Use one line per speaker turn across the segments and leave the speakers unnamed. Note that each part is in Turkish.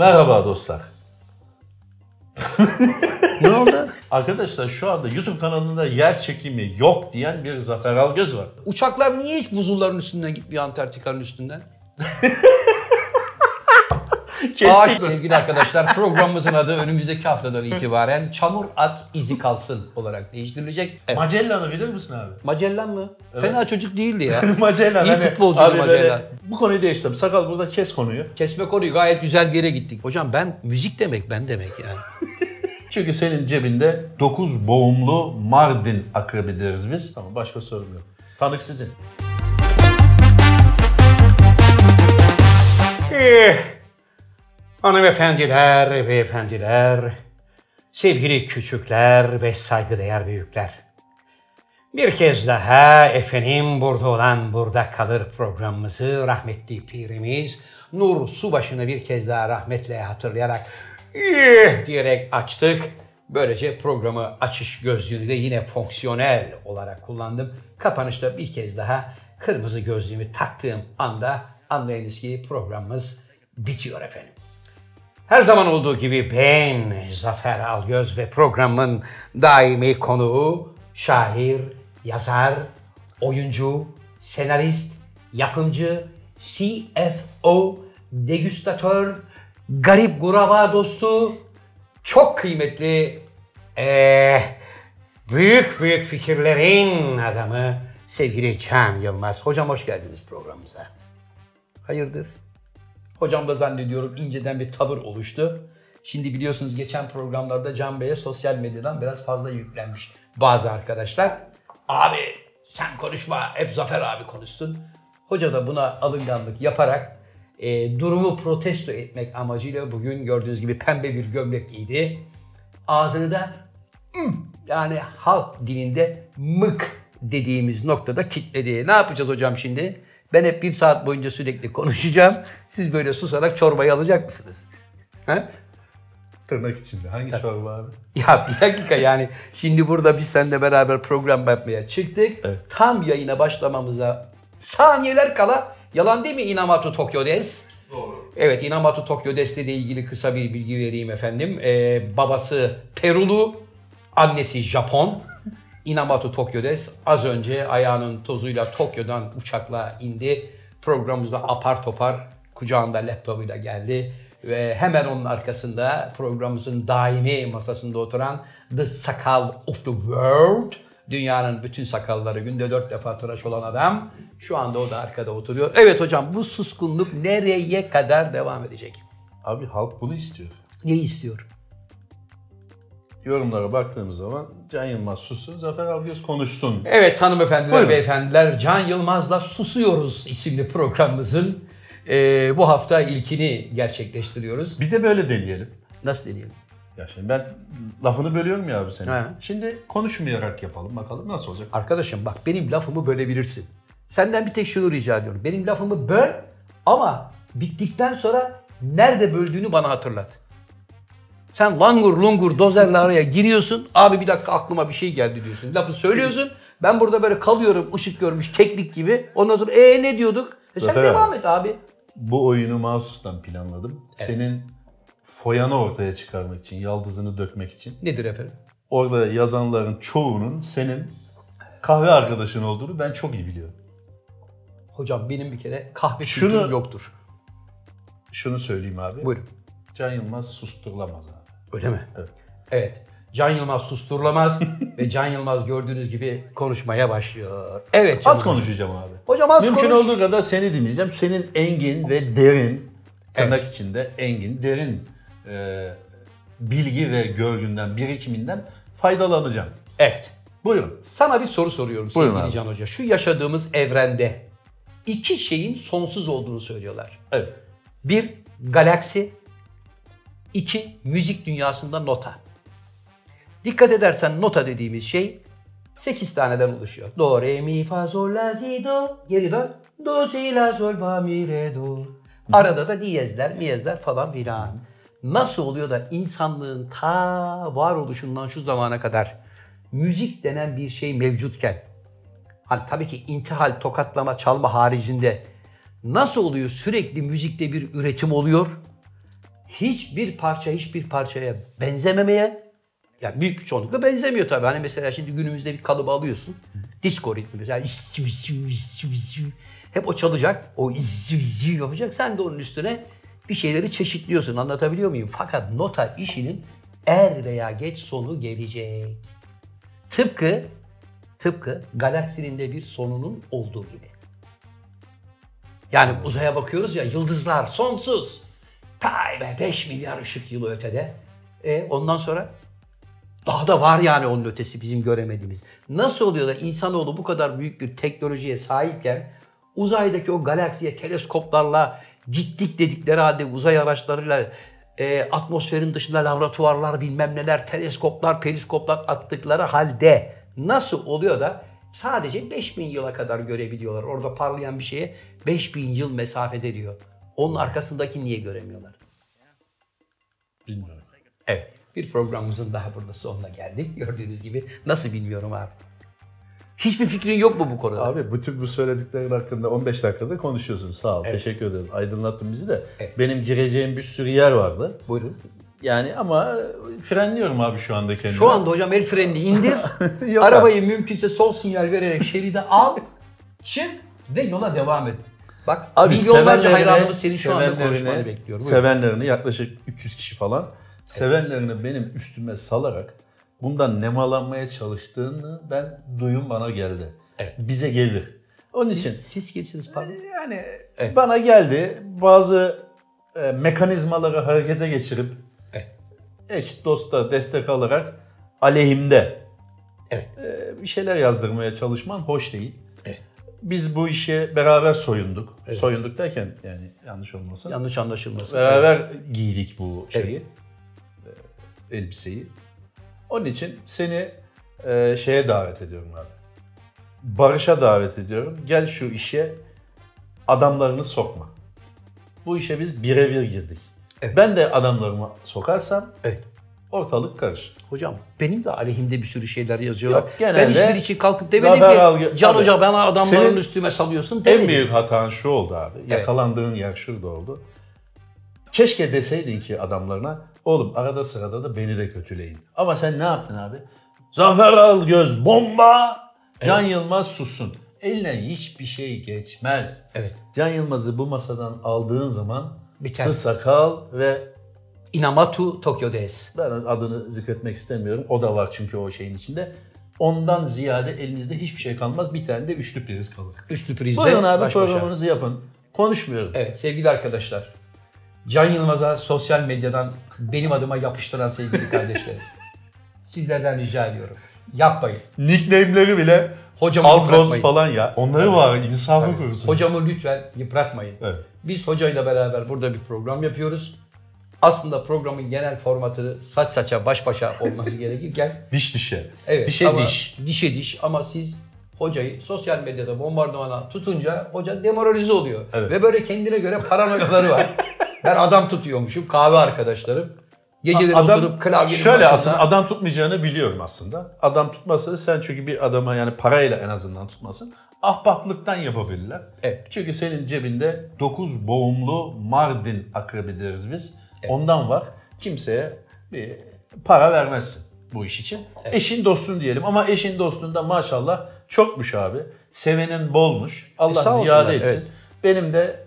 Merhaba dostlar.
Ne oldu?
Arkadaşlar şu anda YouTube kanalında yer çekimi yok diyen bir Zafer Algöz var.
Uçaklar niye hiç buzulların üstünden gitmiyor Antarktika'nın üstünden? Ağaç sevgili arkadaşlar programımızın adı önümüzdeki haftadan itibaren çamur at izi kalsın olarak değiştirilecek. Evet.
Magellan'ı bilir misin abi?
Magellan mı? Fena çocuk değildi ya.
Magellan. hani
İyi futbolcuydu
abi böyle-
Magellan.
bu konuyu değiştirdim. Sakal burada kes konuyu.
Kesme konuyu gayet güzel bir yere gittik. Hocam ben müzik demek ben demek yani.
Çünkü senin cebinde 9 boğumlu Mardin akrabi deriz biz. Tamam başka sorum yok. Tanık sizin.
Eh, hanımefendiler, beyefendiler, sevgili küçükler ve saygıdeğer büyükler. Bir kez daha efendim burada olan burada kalır programımızı rahmetli pirimiz Nur Subaşı'nı bir kez daha rahmetle hatırlayarak eh diyerek açtık. Böylece programı açış gözlüğünü de yine fonksiyonel olarak kullandım. Kapanışta bir kez daha kırmızı gözlüğümü taktığım anda anlayınız ki programımız bitiyor efendim. Her zaman olduğu gibi ben Zafer Algöz ve programın daimi konuğu şair, yazar, oyuncu, senarist, yapımcı, CFO, degüstatör, garip guraba dostu, çok kıymetli eh, büyük büyük fikirlerin adamı sevgili Can Yılmaz. Hocam hoş geldiniz programımıza. Hayırdır? Hocam da zannediyorum inceden bir tavır oluştu. Şimdi biliyorsunuz geçen programlarda Can Bey'e sosyal medyadan biraz fazla yüklenmiş bazı arkadaşlar. Abi sen konuşma hep Zafer abi konuşsun. Hoca da buna alınganlık yaparak e, durumu protesto etmek amacıyla bugün gördüğünüz gibi pembe bir gömlek giydi. Ağzını da
Hmm.
yani halk dilinde mık dediğimiz noktada kitledi. Ne yapacağız hocam şimdi? Ben hep bir saat boyunca sürekli konuşacağım. Siz böyle susarak çorbayı alacak mısınız? He?
Tırnak içinde. Hangi çorba abi?
Ya bir dakika yani şimdi burada biz seninle beraber program yapmaya çıktık. Tam yayına başlamamıza saniyeler kala yalan değil mi Inamatu Tokyo Des? Doğru. Evet Inamatu Tokyo Des'le de ilgili kısa bir bilgi vereyim efendim. Ee, babası Perulu, annesi Japon. Inamatu Tokyo Des az önce ayağının tozuyla Tokyo'dan uçakla indi. Programımızda apar topar kucağında laptopuyla geldi ve hemen onun arkasında programımızın daimi masasında oturan The Sakal of the World dünyanın bütün sakalları günde dört defa tıraş olan adam şu anda o da arkada oturuyor. Evet hocam bu suskunluk nereye kadar devam edecek?
Abi halk bunu istiyor.
Neyi istiyor?
Yorumlara baktığımız zaman Can Yılmaz sussun, Zafer Algöz konuşsun.
Evet hanımefendiler,
Buyurun.
beyefendiler Can Yılmaz'la Susuyoruz isimli programımızın eee, bu hafta ilkini gerçekleştiriyoruz.
Bir de böyle deneyelim.
Nasıl deneyelim?
Ya şimdi ben lafını bölüyorum ya abi senin.
He.
Şimdi konuşmayarak yapalım bakalım nasıl olacak.
Arkadaşım bak benim lafımı bölebilirsin. Senden bir tek şunu rica ediyorum. Benim lafımı böl ama bittikten sonra nerede böldüğünü bana hatırlat. Sen langur lungur dozerle araya giriyorsun. Abi bir dakika aklıma bir şey geldi diyorsun. Lafı söylüyorsun. Ben burada böyle kalıyorum ışık görmüş keklik gibi. Ondan sonra ee ne diyorduk? E sen
Zafer abi.
devam et abi.
Bu oyunu mahsustan planladım. Senin foyanı ortaya çıkarmak için, yaldızını dökmek için.
Nedir efendim?
Orada yazanların çoğunun senin kahve arkadaşın olduğunu ben çok iyi biliyorum.
Hocam benim bir kere kahve
Şunu-
kültürüm yoktur.
Şunu söyleyeyim abi.
Buyurun.
Can Yılmaz susturulamaz abi.
Öyle mi? Evet. Can Yılmaz susturulamaz ve Can Yılmaz gördüğünüz gibi konuşmaya başlıyor. Evet. Can
Az
Yılmaz.
konuşacağım abi.
Hocam az
Mümkün
konuş.
olduğu kadar seni dinleyeceğim. Senin engin ve derin, tırnak içinde engin, derin e, bilgi ve görgünden, birikiminden faydalanacağım.
Evet.
Buyurun.
Sana bir soru soruyorum
Buyurun
sevgili
abi.
Can Hoca. Şu yaşadığımız evrende iki şeyin sonsuz olduğunu söylüyorlar.
Evet.
Bir, galaksi. iki müzik dünyasında nota. Dikkat edersen nota dediğimiz şey 8 taneden oluşuyor. Do, re, mi, fa, sol, la, si, do. Geri dön. Do, si, la, sol, fa, mi, re, do. Arada da diyezler, miyezler falan filan. Nasıl oluyor da insanlığın ta varoluşundan şu zamana kadar müzik denen bir şey mevcutken Hani tabii ki intihal, tokatlama, çalma haricinde nasıl oluyor sürekli müzikte bir üretim oluyor? hiçbir parça hiçbir parçaya benzememeye ya büyük çoğunlukla benzemiyor tabii. Hani mesela şimdi günümüzde bir kalıbı alıyorsun. Disco ritmi mesela izi, izi, izi, izi. hep o çalacak. O izi, izi yapacak. Sen de onun üstüne bir şeyleri çeşitliyorsun. Anlatabiliyor muyum? Fakat nota işinin er veya geç sonu gelecek. Tıpkı tıpkı galaksinin de bir sonunun olduğu gibi. Yani uzaya bakıyoruz ya yıldızlar sonsuz. Tay be 5 milyar ışık yılı ötede. E, ondan sonra daha da var yani onun ötesi bizim göremediğimiz. Nasıl oluyor da insanoğlu bu kadar büyük bir teknolojiye sahipken uzaydaki o galaksiye teleskoplarla gittik dedikleri halde uzay araçlarıyla e, atmosferin dışında laboratuvarlar bilmem neler teleskoplar periskoplar attıkları halde nasıl oluyor da sadece 5000 yıla kadar görebiliyorlar. Orada parlayan bir şeye 5000 yıl mesafede diyor. Onun arkasındaki niye göremiyorlar?
Bilmiyorum.
Evet. Bir programımızın daha burada sonuna geldik. Gördüğünüz gibi nasıl bilmiyorum abi. Hiçbir fikrin yok mu bu konuda?
Abi bütün bu söylediklerin hakkında 15 dakikada konuşuyorsun. Sağ ol. Teşekkür ederiz. Aydınlattın bizi de. Benim gireceğim bir sürü yer vardı.
Buyurun.
Yani ama e, frenliyorum abi şu anda kendimi.
Şu anda hocam el frenini indir.
Yok
arabayı mümkünse sol sinyal vererek şeride al. Çık ve yola devam et. Bak
Abi
milyonlarca
sevenlerine-
hayranımız senin şu anda
sevenlerine-
konuşmanı bekliyor. Buyurun.
Sevenlerini yaklaşık 300 kişi falan sevenlerini benim üstüme salarak bundan nemalanmaya çalıştığını ben duyum bana geldi.
Evet.
Bize gelir. Onun için
Siz kimsiniz pardon?
yani bana geldi bazı e, mekanizmaları harekete geçirip
Evet.
eş dosta destek alarak aleyhimde
Evet.
e, bir şeyler yazdırmaya çalışman hoş değil.
Evet.
Biz bu işe beraber soyunduk. Soyunduk derken yani yanlış olmasın.
Yanlış anlaşılmasın.
Beraber giydik bu şeyi.
Evet.
e, Elbiseyi. Onun için seni e, şeye davet ediyorum abi. Barış'a davet ediyorum. Gel şu işe adamlarını sokma. Bu işe biz birebir girdik.
Evet.
Ben de adamlarımı sokarsam
Evet.
ortalık karışır.
Hocam benim de aleyhimde bir sürü şeyler yazıyorlar.
Yok,
ben
genelde
hiçbir için kalkıp demedim ki
zafer algı-
Can
Tabii.
Hoca bana adamların
Senin
üstüme salıyorsun demedim.
En büyük hatan şu oldu abi. Yakalandığın yer şurada oldu. Keşke deseydin ki adamlarına oğlum arada sırada da beni de kötüleyin. Ama sen ne yaptın abi? Zafer Algöz bomba. Can Yılmaz sussun. Eline hiçbir şey geçmez.
Evet.
Can Yılmaz'ı bu masadan aldığın zaman
Biter.
The Sakal ve
Inamatu Tokyo Days.
ben adını zikretmek istemiyorum. O da var çünkü o şeyin içinde. Ondan ziyade elinizde hiçbir şey kalmaz. Bir tane de üçlü priz kalır.
Üçlü prizde
Buyurun abi
baş başa.
programınızı yapın. Konuşmuyorum.
Evet sevgili arkadaşlar. Can Yılmaz'a sosyal medyadan benim adıma yapıştıran sevgili kardeşlerim. sizlerden rica ediyorum. Yapmayın.
Nickname'leri bile
Hocamı
Algoz
yıpratmayın.
falan ya. Onları var insafı korusun.
Hocamı lütfen yıpratmayın.
Evet.
Biz hocayla beraber burada bir program yapıyoruz. Aslında programın genel formatı saç saça baş başa olması gerekirken
Diş dişe.
Evet,
Dişe
ama-
diş.
Dişe diş ama siz hocayı sosyal medyada bombardımana tutunca hoca demoralize oluyor.
Evet.
Ve böyle kendine göre paranoyaları var. ben adam tutuyormuşum kahve arkadaşlarım. Geceleri oturup klavyenin
şöyle
başında-
aslında adam tutmayacağını biliyorum aslında. Adam tutmasa sen çünkü bir adama yani parayla en azından tutmasın. Ahbaplıktan yapabilirler.
Evet.
Çünkü senin cebinde 9 boğumlu Mardin akrebi deriz biz. Ondan var. Kimseye bir para vermezsin bu iş için. Eşin dostun diyelim ama eşin dostun da maşallah çokmuş abi. Sevenin bolmuş.
E, sağ
Allah
olsunlar,
ziyade etsin. Benim de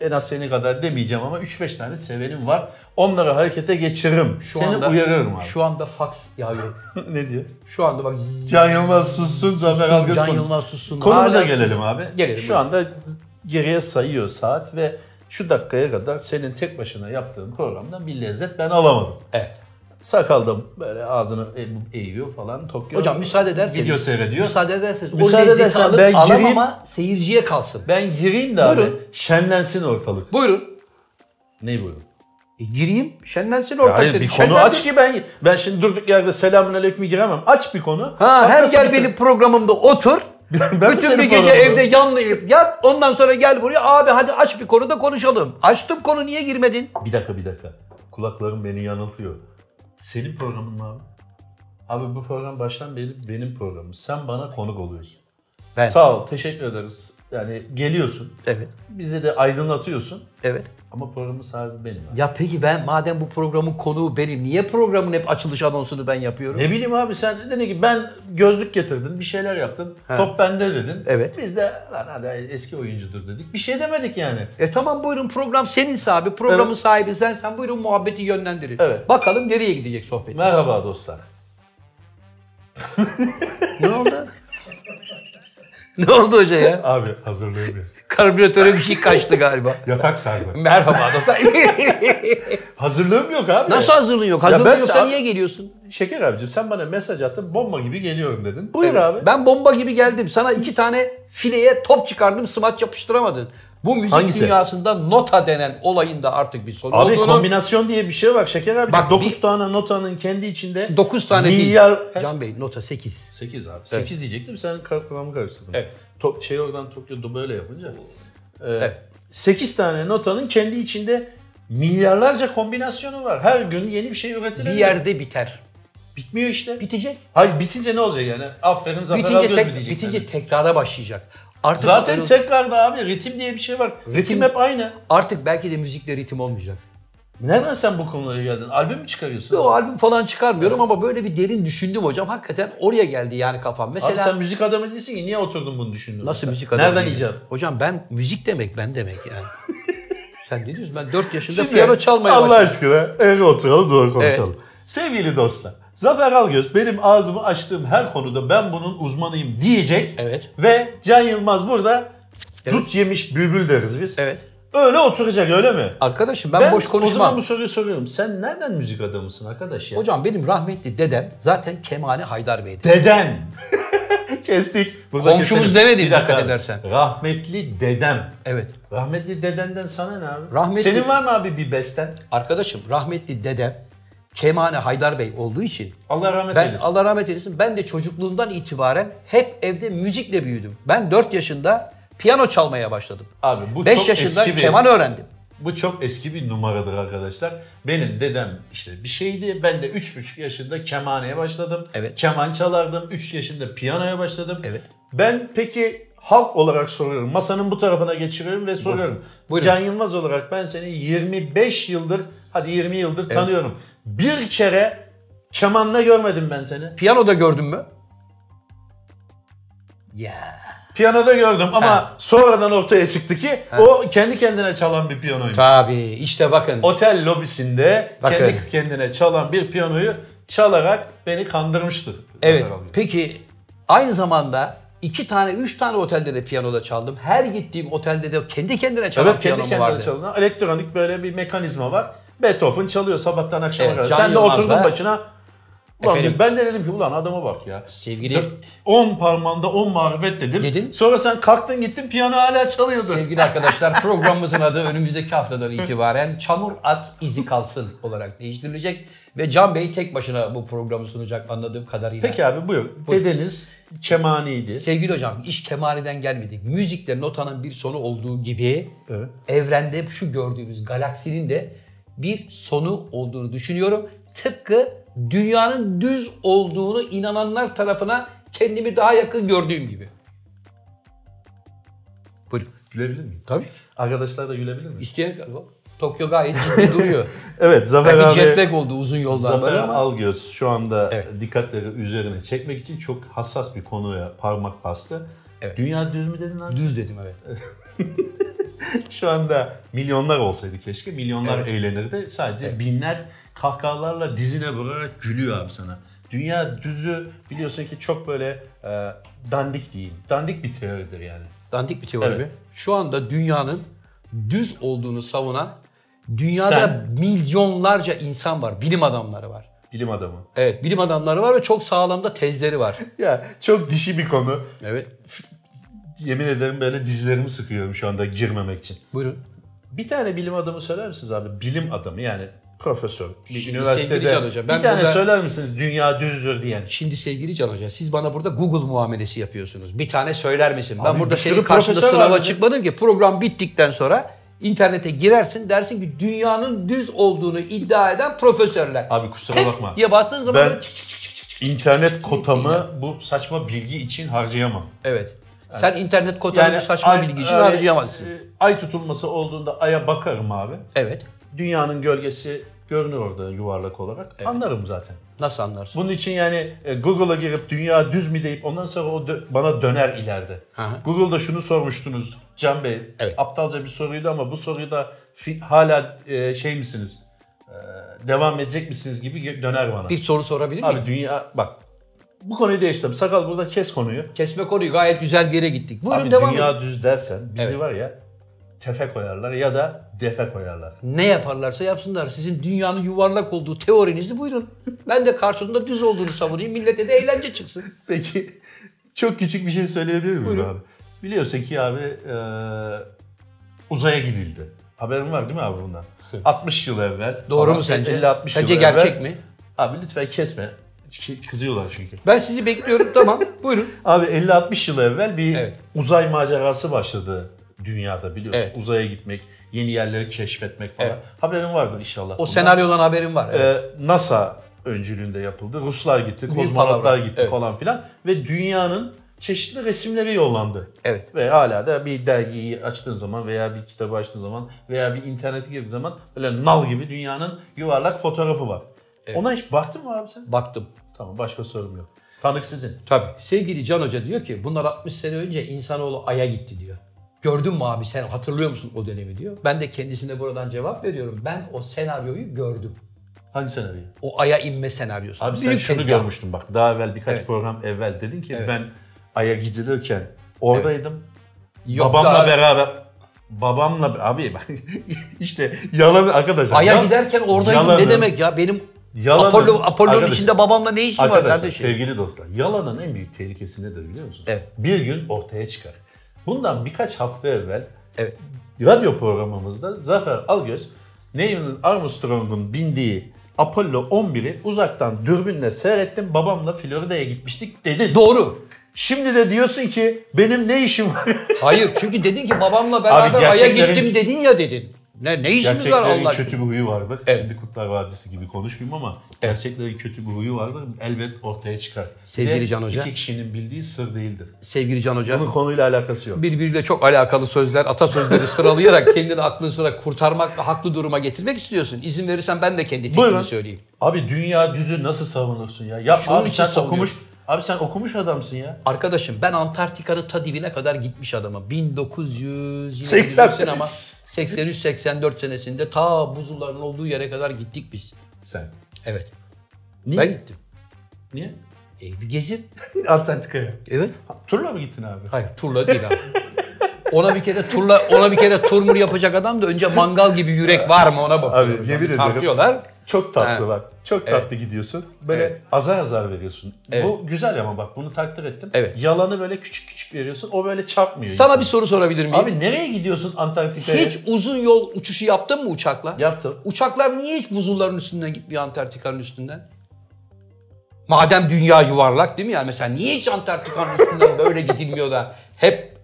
en az seni kadar demeyeceğim ama 3-5 tane sevenim var. Onları harekete geçiririm.
Şu
Seni
anda-
uyarıyorum abi.
Şu anda fax yağıyor.
ne diyor?
Şu anda bak zzz,
Can Yılmaz sussun Zafer Algöz
Can
konusu.
Yılmaz sussun.
Konumuza
Hala-
gelelim abi.
Gelelim,
Şu
buyurun.
anda geriye sayıyor saat ve şu dakikaya kadar senin tek başına yaptığın programdan bir lezzet ben alamadım.
Evet.
Sakal da böyle ağzını eğ- eğiyor falan. Tokyo
Hocam müsaade ederseniz.
Video seyrediyor.
Müsaade ederseniz.
Müsaade
o lezzeti
edersen
alıp
ben
alamama
gireyim.
seyirciye kalsın.
Ben gireyim de abi.
Buyurun.
Şenlensin ortalık.
Buyurun.
Ne buyurun?
E, gireyim. Şenlensin ortak
Hayır
dedi.
bir konu
Şenlensin.
aç ki ben ben şimdi durduk yerde selamün aleyküm giremem. Aç bir konu.
Ha, her
Haklısın
gel
bütün-
benim programımda otur.
Ben mi
bütün
senin
bir gece
programında?
evde yanlayıp yat. Ondan sonra gel buraya abi hadi aç bir konuda konuşalım. Açtım konu niye girmedin?
Bir dakika bir dakika. Kulaklarım beni yanıltıyor. Senin programın mı abi? Abi bu program baştan benim, benim programım. Sen bana konuk oluyorsun.
Ben-
Sağ ol, teşekkür ederiz. Yani geliyorsun,
Evet.
bizi de aydınlatıyorsun.
Evet.
Ama programın sahibi benim abi.
Ya peki ben madem bu programın konuğu benim niye programın hep açılış anonsunu ben yapıyorum?
Ne bileyim abi sen dedin ki ben gözlük getirdin, bir şeyler yaptın, top bende dedin.
Evet.
Biz de lan hadi eski oyuncudur dedik. Bir şey demedik yani.
E tamam buyurun program senin abi. Programın
Evet.
sahibi sen sen buyurun muhabbeti yönlendirin.
Evet.
Bakalım nereye gidecek sohbet.
Merhaba dostlar.
ne oldu? ne oldu hoca ya?
Abi hazırlıyorum
Karbüratöre bir şey kaçtı galiba.
Yatak sardı.
Merhaba doktor.
Hazırlığım yok abi.
Nasıl hazırlığın yok?
ben
Hazırlığın yoksa
sa-
niye geliyorsun?
Şeker abicim sen bana mesaj attın bomba gibi geliyorum dedin. Buyur abi.
Ben bomba gibi geldim. Sana iki tane fileye top çıkardım smaç yapıştıramadın. Bu müzik
Hangisi?
dünyasında nota denen olayın da artık bir sonu
Abi
olduğunu...
kombinasyon diye bir şey var Şeker abicim.
Bak,
Bak 9
bir-
tane notanın kendi içinde
9 tane
milyar...
değil. Can Bey nota 8.
8 abi. 8 diyecektim sen kar- kafamı karıştırdın.
Evet.
Top, şey oradan Tokyo'da böyle yapınca.
Evet.
8 tane notanın kendi içinde milyarlarca kombinasyonu var. Her gün yeni bir şey
Bir
üretilebilir.
yerde biter.
bitmiyor işte.
Bitecek.
Hayır bitince ne olacak yani? Aferin Zafer
Bitince,
Algöz
tek,
mü diyecekler?
bitince tekrara başlayacak. Artık
Zaten
onun-
tekrarda abi ritim diye bir şey var. Ritim hep aynı.
artık belki de müzikte ritim olmayacak.
Nereden sen bu konulara geldin? Albüm mü çıkarıyorsun?
O albüm falan çıkarmıyorum ama böyle bir derin düşündüm hocam. Hakikaten oraya geldi yani kafam.
Abi
Mesela
sen müzik adamı değilsin ki niye oturdun bunu düşündün?
nasıl
Mesela?
müzik adamı
Nereden
değilim?
icap?
Hocam ben müzik demek ben demek yani. Sen ne diyorsun? Ben 4 yaşında piyano çalmaya
Allah
başladım.
aşkına eğri oturalım doğru konuşalım. Sevgili dostlar, Zafer Algöz benim ağzımı açtığım her konuda ben bunun uzmanıyım diyecek.
Evet.
Ve Can Yılmaz burada
Evet.
dut yemiş bülbül deriz biz.
Evet.
Öyle oturacak öyle mi?
Arkadaşım ben, boş
O zaman
konuşmam.
bu soruyu soruyorum. Sen nereden müzik adamısın arkadaş ya?
Hocam benim rahmetli dedem zaten Kemane Haydar Bey'di.
Dedem. Kestik. Burada
Komşumuz
keselim.
demedi
Bir dakika
dikkat
abi.
edersen.
Rahmetli dedem.
Evet.
Rahmetli dedenden sana ne abi?
Rahmetli-
Senin var mı abi bir besten?
Arkadaşım rahmetli dedem Kemane Haydar Bey olduğu için
Allah rahmet
ben
eylesin.
Allah rahmet eylesin ben de çocukluğumdan itibaren hep evde müzikle büyüdüm. Ben 4 yaşında piyano çalmaya başladım.
Abi bu
5
çok
yaşında
eski bir-
keman öğrendim.
Bu çok eski bir numaradır arkadaşlar. Benim dedem işte bir şeydi. Ben de 3,5 yaşında kemaneye başladım.
Evet.
Keman çalardım. 3 yaşında piyanoya başladım.
Evet.
Ben peki halk olarak soruyorum. Masanın bu tarafına geçiriyorum ve soruyorum.
Buyurun.
Can Yılmaz olarak ben seni 25 yıldır, hadi 20 yıldır tanıyorum. Bir kere kemanla görmedim ben seni.
Piyano da gördün mü? Ya.
Piyanoda gördüm ama
Ha.
sonradan ortaya çıktı ki o kendi kendine çalan bir piyanoymuş.
Tabii işte bakın.
otel lobisinde
Bakın.
kendi kendine çalan bir piyanoyu çalarak beni kandırmıştı.
Evet.
Zafer abi.
Peki aynı zamanda iki tane, üç tane otelde de piyanoda çaldım. Her gittiğim otelde de kendi kendine çalan
Evet, kendi
piyanomu
kendine
vardı.
çalan elektronik böyle bir mekanizma var. Beethoven çalıyor sabahtan akşama
Evet,
kadar.
Can
Sen de
Yılmaz
oturdun
da-
başına. Ulan
Efendim?
dedim- ben de dedim ki ulan adama bak ya.
Sevgili-
10 parmağında 10 marifet dedim.
Dedin.
Sonra sen kalktın gittin piyano hala çalıyordu.
Sevgili arkadaşlar programımızın adı önümüzdeki haftadan itibaren Çamur At İzi Kalsın olarak değiştirilecek. Ve Can Bey tek başına bu programı sunacak anladığım kadarıyla.
Peki abi buyur. Dedeniz kemaniydi.
Sevgili hocam iş kemaniden gelmedik. Müzikte notanın bir sonu olduğu gibi
Evet.
evrende şu gördüğümüz galaksinin de bir sonu olduğunu düşünüyorum. Tıpkı dünyanın düz olduğunu inananlar tarafına kendimi daha yakın gördüğüm gibi. Buyurun.
Gülebilir miyim?
Tabii.
Arkadaşlar da gülebilir mi?
İsteyen bak, Tokyo gayet ciddi duruyor.
Evet Zafer
Belki
abi.
jet lag oldu uzun yoldan
Zafer
böyle ama.
Algöz şu anda
Evet.
dikkatleri üzerine çekmek için çok hassas bir konuya parmak bastı.
Evet.
Dünya düz mü dedin abi?
Düz dedim evet.
Şu anda milyonlar olsaydı keşke. Milyonlar eğlenirdi. Sadece binler kahkahalarla dizine vurarak gülüyor abi sana. Dünya düzü biliyorsun ki çok böyle e, dandik diyeyim. Dandik bir teoridir yani.
Dandik bir teori
Evet.
mi? Şu anda dünyanın düz olduğunu savunan dünyada
Sen-
milyonlarca insan var. Bilim adamları var.
Bilim adamı.
Evet bilim adamları var ve çok sağlam da tezleri var.
Ya çok dişi bir konu.
Evet
Yemin ederim böyle dizlerimi sıkıyorum şu anda girmemek için.
buyurun.
Bir tane bilim adamı söyler misiniz abi? Bilim adamı yani profesör. Bir
Şimdi sevgili
üniversitede
Can Hoca, ben
bir tane
burada-
söyler misiniz dünya düzdür diyen?
Şimdi sevgili Can Hoca siz bana burada Google muamelesi yapıyorsunuz. Bir tane söyler misin? ben
Abi
burada
bir sürü
senin karşında
profesör
sınava
var dedi.
çıkmadım ki. Program bittikten sonra internete girersin dersin ki dünyanın düz olduğunu iddia eden profesörler.
Abi kusura
Tek
bakma.
diye bastığın zaman
Ben
böyle çık çık çık çık çık.
internet kotamı bu saçma bilgi için harcayamam.
Evet. Sen internet kotanı bu saçma
ay-
bilgi için
öyle,
harcayamazsın.
e, Ay tutulması olduğunda aya bakarım abi.
Evet.
Dünyanın gölgesi görünür orada yuvarlak olarak. Anlarım zaten.
Nasıl anlarsın?
Bunun için yani e, Google'a girip dünya düz mü deyip ondan sonra o dö- bana döner ileride.
Aha.
Google'da şunu sormuştunuz Can Bey.
Evet.
Aptalca bir soruydu ama bu soruyu da fi- hala e, şey misiniz? e, devam edecek misiniz gibi gö- döner bana.
Bir soru sorabilir miyim?
Abi dünya bak bu konuyu değiştirdim. Sakal burada kes konuyu.
Kesme konuyu gayet güzel bir yere gittik. Buyurun
Abi
devam
dünya
edin.
düz dersen bizi
Evet.
var ya tefe koyarlar ya da defe koyarlar.
Ne yaparlarsa yapsınlar. Sizin dünyanın yuvarlak olduğu teorinizi buyurun. Ben de karşılığında düz olduğunu savunayım. Millete de eğlence çıksın.
Peki çok küçük bir şey söyleyebilir miyim abi? Biliyorsun ki abi e, uzaya gidildi. Haberin var değil mi abi bundan? 60 yıl evvel.
Doğru
falan,
mu sence?
50-60 yıl
Sence
evvel.
gerçek mi?
Abi lütfen kesme. Ki- Kızıyorlar çünkü.
Ben sizi bekliyorum tamam. Buyurun.
Abi 50-60 yıl evvel bir
Evet.
uzay macerası başladı dünyada biliyorsun.
Evet.
Uzaya gitmek, yeni yerleri keşfetmek falan.
Evet.
Haberin vardır inşallah.
O senaryodan haberim var. Evet.
Ee, NASA öncülüğünde yapıldı. Ruslar gitti,
Büyük
kozmonotlar
palavra.
gitti
Evet.
falan filan ve dünyanın çeşitli resimleri yollandı.
Evet.
Ve hala da bir dergiyi açtığın zaman veya bir kitabı açtığın zaman veya bir internete girdiğin zaman böyle nal gibi dünyanın yuvarlak fotoğrafı var. Ona hiç baktın mı abi sen?
Baktım.
Tamam başka sorum yok. Tanık sizin.
Tabii. Sevgili Can Hoca diyor ki bunlar 60 sene önce insanoğlu Ay'a gitti diyor. Gördün mü abi sen hatırlıyor musun o dönemi diyor. Ben de kendisine buradan cevap veriyorum. Ben o senaryoyu gördüm.
Hangi senaryo?
O Ay'a inme senaryosu.
Abi sen
Büyük
şunu
tezgah.
görmüştün bak. Daha evvel birkaç
Evet.
program evvel dedin ki ben Ay'a gidilirken oradaydım.
Yok
babamla
daha-
beraber babamla abi bak işte yalan arkadaşlar.
Ay'a
Yalan-
giderken oradaydım
yalanın-
ne demek ya? Benim
Yalanın-
Apollo, Apollo'nun
Arkadaşlar-
içinde babamla ne işim var
Arkadaşlar
kardeşim?
sevgili dostlar yalanın en büyük tehlikesi nedir biliyor musunuz?
Evet.
Bir gün ortaya çıkar. Bundan birkaç hafta evvel
Evet.
radyo programımızda Zafer Algöz Neil Armstrong'un bindiği Apollo 11'i uzaktan dürbünle seyrettim. Babamla Florida'ya gitmiştik dedi.
Doğru.
Şimdi de diyorsun ki benim ne işim var?
Hayır çünkü dedin ki babamla beraber Ay'a
gerçeklerin-
gittim dedin ya dedin. Ne, ne işimiz var
Gerçeklerin
Allah
kötü
aşkına?
bir huyu vardır.
Evet.
Şimdi Kurtlar Vadisi gibi konuşmayayım ama gerçeklerin kötü bir huyu vardır. Elbet ortaya çıkar.
Sevgili
Ve
Can Hoca.
İki kişinin bildiği sır değildir.
Sevgili Can Hoca.
Bunun konuyla alakası yok.
birbiriyle çok alakalı sözler, atasözleri sıralayarak kendini aklını sıra kurtarmak ve haklı duruma getirmek istiyorsun. İzin verirsen ben de kendi fikrimi
Buyurun.
şey söyleyeyim.
Abi dünya düzü nasıl savunursun ya? Yap
Şunun
abi sen
için savunuyorum.
okumuş. Abi sen okumuş adamsın ya.
Arkadaşım ben Antarktika'nın ta dibine kadar gitmiş adamım. 1900
80
80 ama 83-84 senesinde ta buzulların olduğu yere kadar gittik biz.
Sen.
Evet.
Niye?
Ben gittim.
Niye?
E, bir gezi.
Antarktika'ya.
Evet.
Turla mı gittin abi?
Hayır turla değil abi. Ona bir kere turla ona bir kere turmur yapacak adam da önce mangal gibi yürek var mı ona bakıyor. Hani
Abi, yemin ederim.
Tartıyorlar.
Çok tatlı
Ha.
bak. Çok tatlı gidiyorsun. Böyle
Evet.
azar azar veriyorsun.
Evet.
Bu güzel ama bak bunu takdir ettim.
Evet.
Yalanı böyle küçük küçük veriyorsun. O böyle çarpmıyor.
Sana
insanı.
bir soru sorabilir miyim?
Abi nereye gidiyorsun Antarktika'ya?
Hiç uzun yol uçuşu yaptın mı uçakla?
Yaptım.
Uçaklar niye hiç buzulların üstünden gitmiyor Antarktika'nın üstünden? Madem dünya yuvarlak değil mi yani? Mesela niye hiç Antarktika'nın üstünden böyle gidilmiyor da hep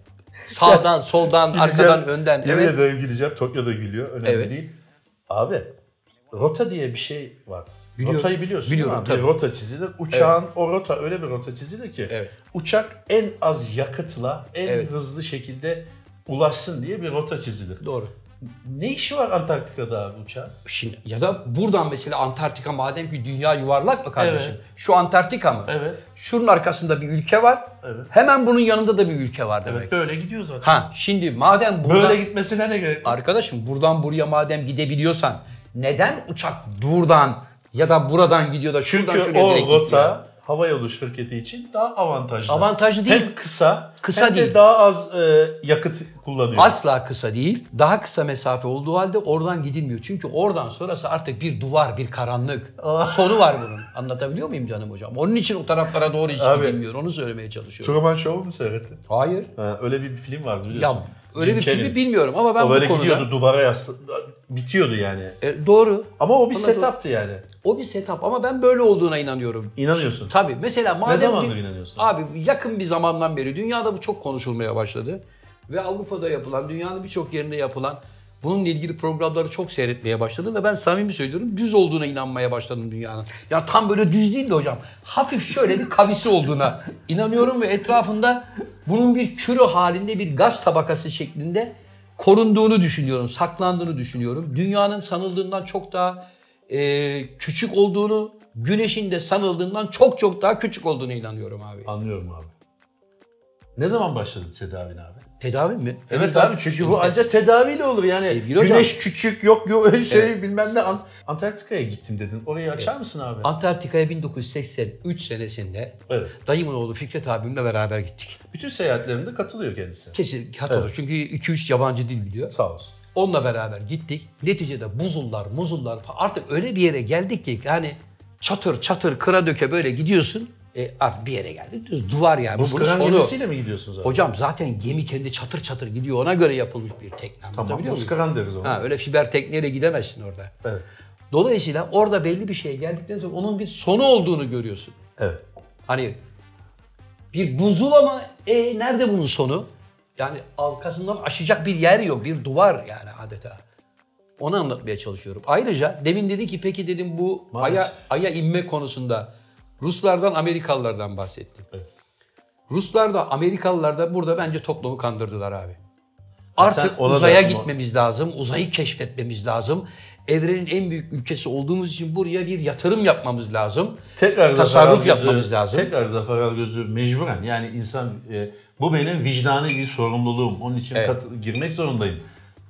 sağdan, soldan, arkadan,
Gideceğim.
önden.
Yemin
Evet.
ederim gideceğim. Tokyo'da gülüyor. Önemli
Evet.
değil. Abi rota diye bir şey var.
Biliyorum.
Rotayı biliyorsun
Biliyorum,
değil mi? abi?
tabii.
Bir rota çizilir. Uçağın o rota öyle bir rota çizilir ki
Evet.
uçak en az yakıtla en
Evet.
hızlı şekilde ulaşsın diye bir rota çizilir.
Doğru.
Ne işi var Antarktika'da abi uçağın?
Şimdi ya da buradan mesela Antarktika madem ki dünya yuvarlak mı kardeşim?
Evet.
Şu Antarktika mı?
Evet.
Şunun arkasında bir ülke var.
Evet.
Hemen bunun yanında da bir ülke var demek.
Evet böyle gidiyor zaten.
Ha şimdi madem
Böyle
buradan
gitmesine ne gerek? var?
Arkadaşım buradan buraya madem gidebiliyorsan neden uçak buradan ya da buradan gidiyor da şuradan
Çünkü
şuraya
o
direkt gitmiyor?
rota hava yolu şirketi için daha avantajlı.
Avantajlı değil.
Hem kısa,
Kısa
hem
değil.
de daha az e, yakıt kullanıyor.
Asla kısa değil. Daha kısa mesafe olduğu halde oradan gidilmiyor. Çünkü oradan sonrası artık bir duvar, bir karanlık.
Ah.
Sonu var bunun. Anlatabiliyor muyum canım hocam? Onun için o taraflara doğru hiç
Abi.
gidilmiyor. Onu söylemeye çalışıyorum.
Truman Show'u mu seyrettin?
Hayır.
Ha, öyle bir film vardı biliyorsun.
Ya öyle
Jim
bir
Carrey.
filmi bilmiyorum ama ben
O böyle
bu konuda...
gidiyordu duvara yaslı bitiyordu yani.
E, doğru.
Ama o bir
Ama doğru.
setup'tı yani.
O bir setup ama ben böyle olduğuna inanıyorum.
İnanıyorsun.
Tabii. Mesela madem...
zamandır inanıyorsun?
Abi yakın bir zamandan beri dünyada bu çok konuşulmaya başladı. Ve Avrupa'da yapılan, dünyanın birçok yerinde yapılan bununla ilgili programları çok seyretmeye başladım ve ben samimi söylüyorum düz olduğuna inanmaya başladım dünyanın. Ya tam böyle düz değil de hocam. Hafif şöyle bir kavisi olduğuna inanıyorum ve etrafında bunun bir kürü halinde bir gaz tabakası şeklinde korunduğunu düşünüyorum, saklandığını düşünüyorum. Dünyanın sanıldığından çok daha e, küçük olduğunu, güneşin de sanıldığından çok çok daha küçük olduğunu inanıyorum abi.
Anlıyorum abi. Ne zaman başladı tedavin abi?
Tedavi mi?
Evet, abi çünkü bu ancak tedaviyle olur yani.
Sevgili hocam.
Güneş küçük yok yok öyle şey
Evet.
bilmem ne. An- Antarktika'ya gittim dedin. Orayı açar mısın abi?
Antarktika'ya 1983 senesinde
Evet.
dayımın oğlu Fikret abimle beraber gittik.
Bütün seyahatlerinde katılıyor kendisi.
Kesin hatırlı çünkü 2-3 yabancı dil biliyor.
Sağ olsun.
Onunla beraber gittik. Neticede buzullar, muzullar falan. Artık öyle bir yere geldik ki yani çatır çatır kıra döke böyle gidiyorsun. E, ar- bir yere geldik. Düz Duvar yani.
Buz
Bunun
kıran
sonu.
gemisiyle mi gidiyorsunuz abi?
Hocam zaten gemi kendi çatır çatır gidiyor. Ona göre yapılmış bir tekne.
tamam
Anlatabiliyor
buz
muyum?
kıran deriz ona.
Ha, öyle fiber tekneyle gidemezsin orada.
Evet.
Dolayısıyla orada belli bir şeye geldikten sonra onun bir sonu olduğunu görüyorsun.
Evet.
Hani bir buzul ama e, nerede bunun sonu? Yani arkasından aşacak bir yer yok. Bir duvar yani adeta. Onu anlatmaya çalışıyorum. Ayrıca demin dedi ki peki dedim bu
Maalesef.
aya, aya inme konusunda Ruslardan Amerikalılardan bahsettim.
Evet.
Ruslar da Amerikalılar da burada bence toplumu kandırdılar abi. Artık
E ona da-
uzaya gitmemiz lazım, uzayı keşfetmemiz lazım. Evrenin en büyük ülkesi olduğumuz için buraya bir yatırım yapmamız lazım.
Tekrar
tasarruf
Zafer Algöz'ü-
yapmamız lazım.
Tekrar Zafer Algöz'ü mecburen yani insan e, bu benim vicdani bir sorumluluğum. Onun için
Evet.
katı- girmek zorundayım.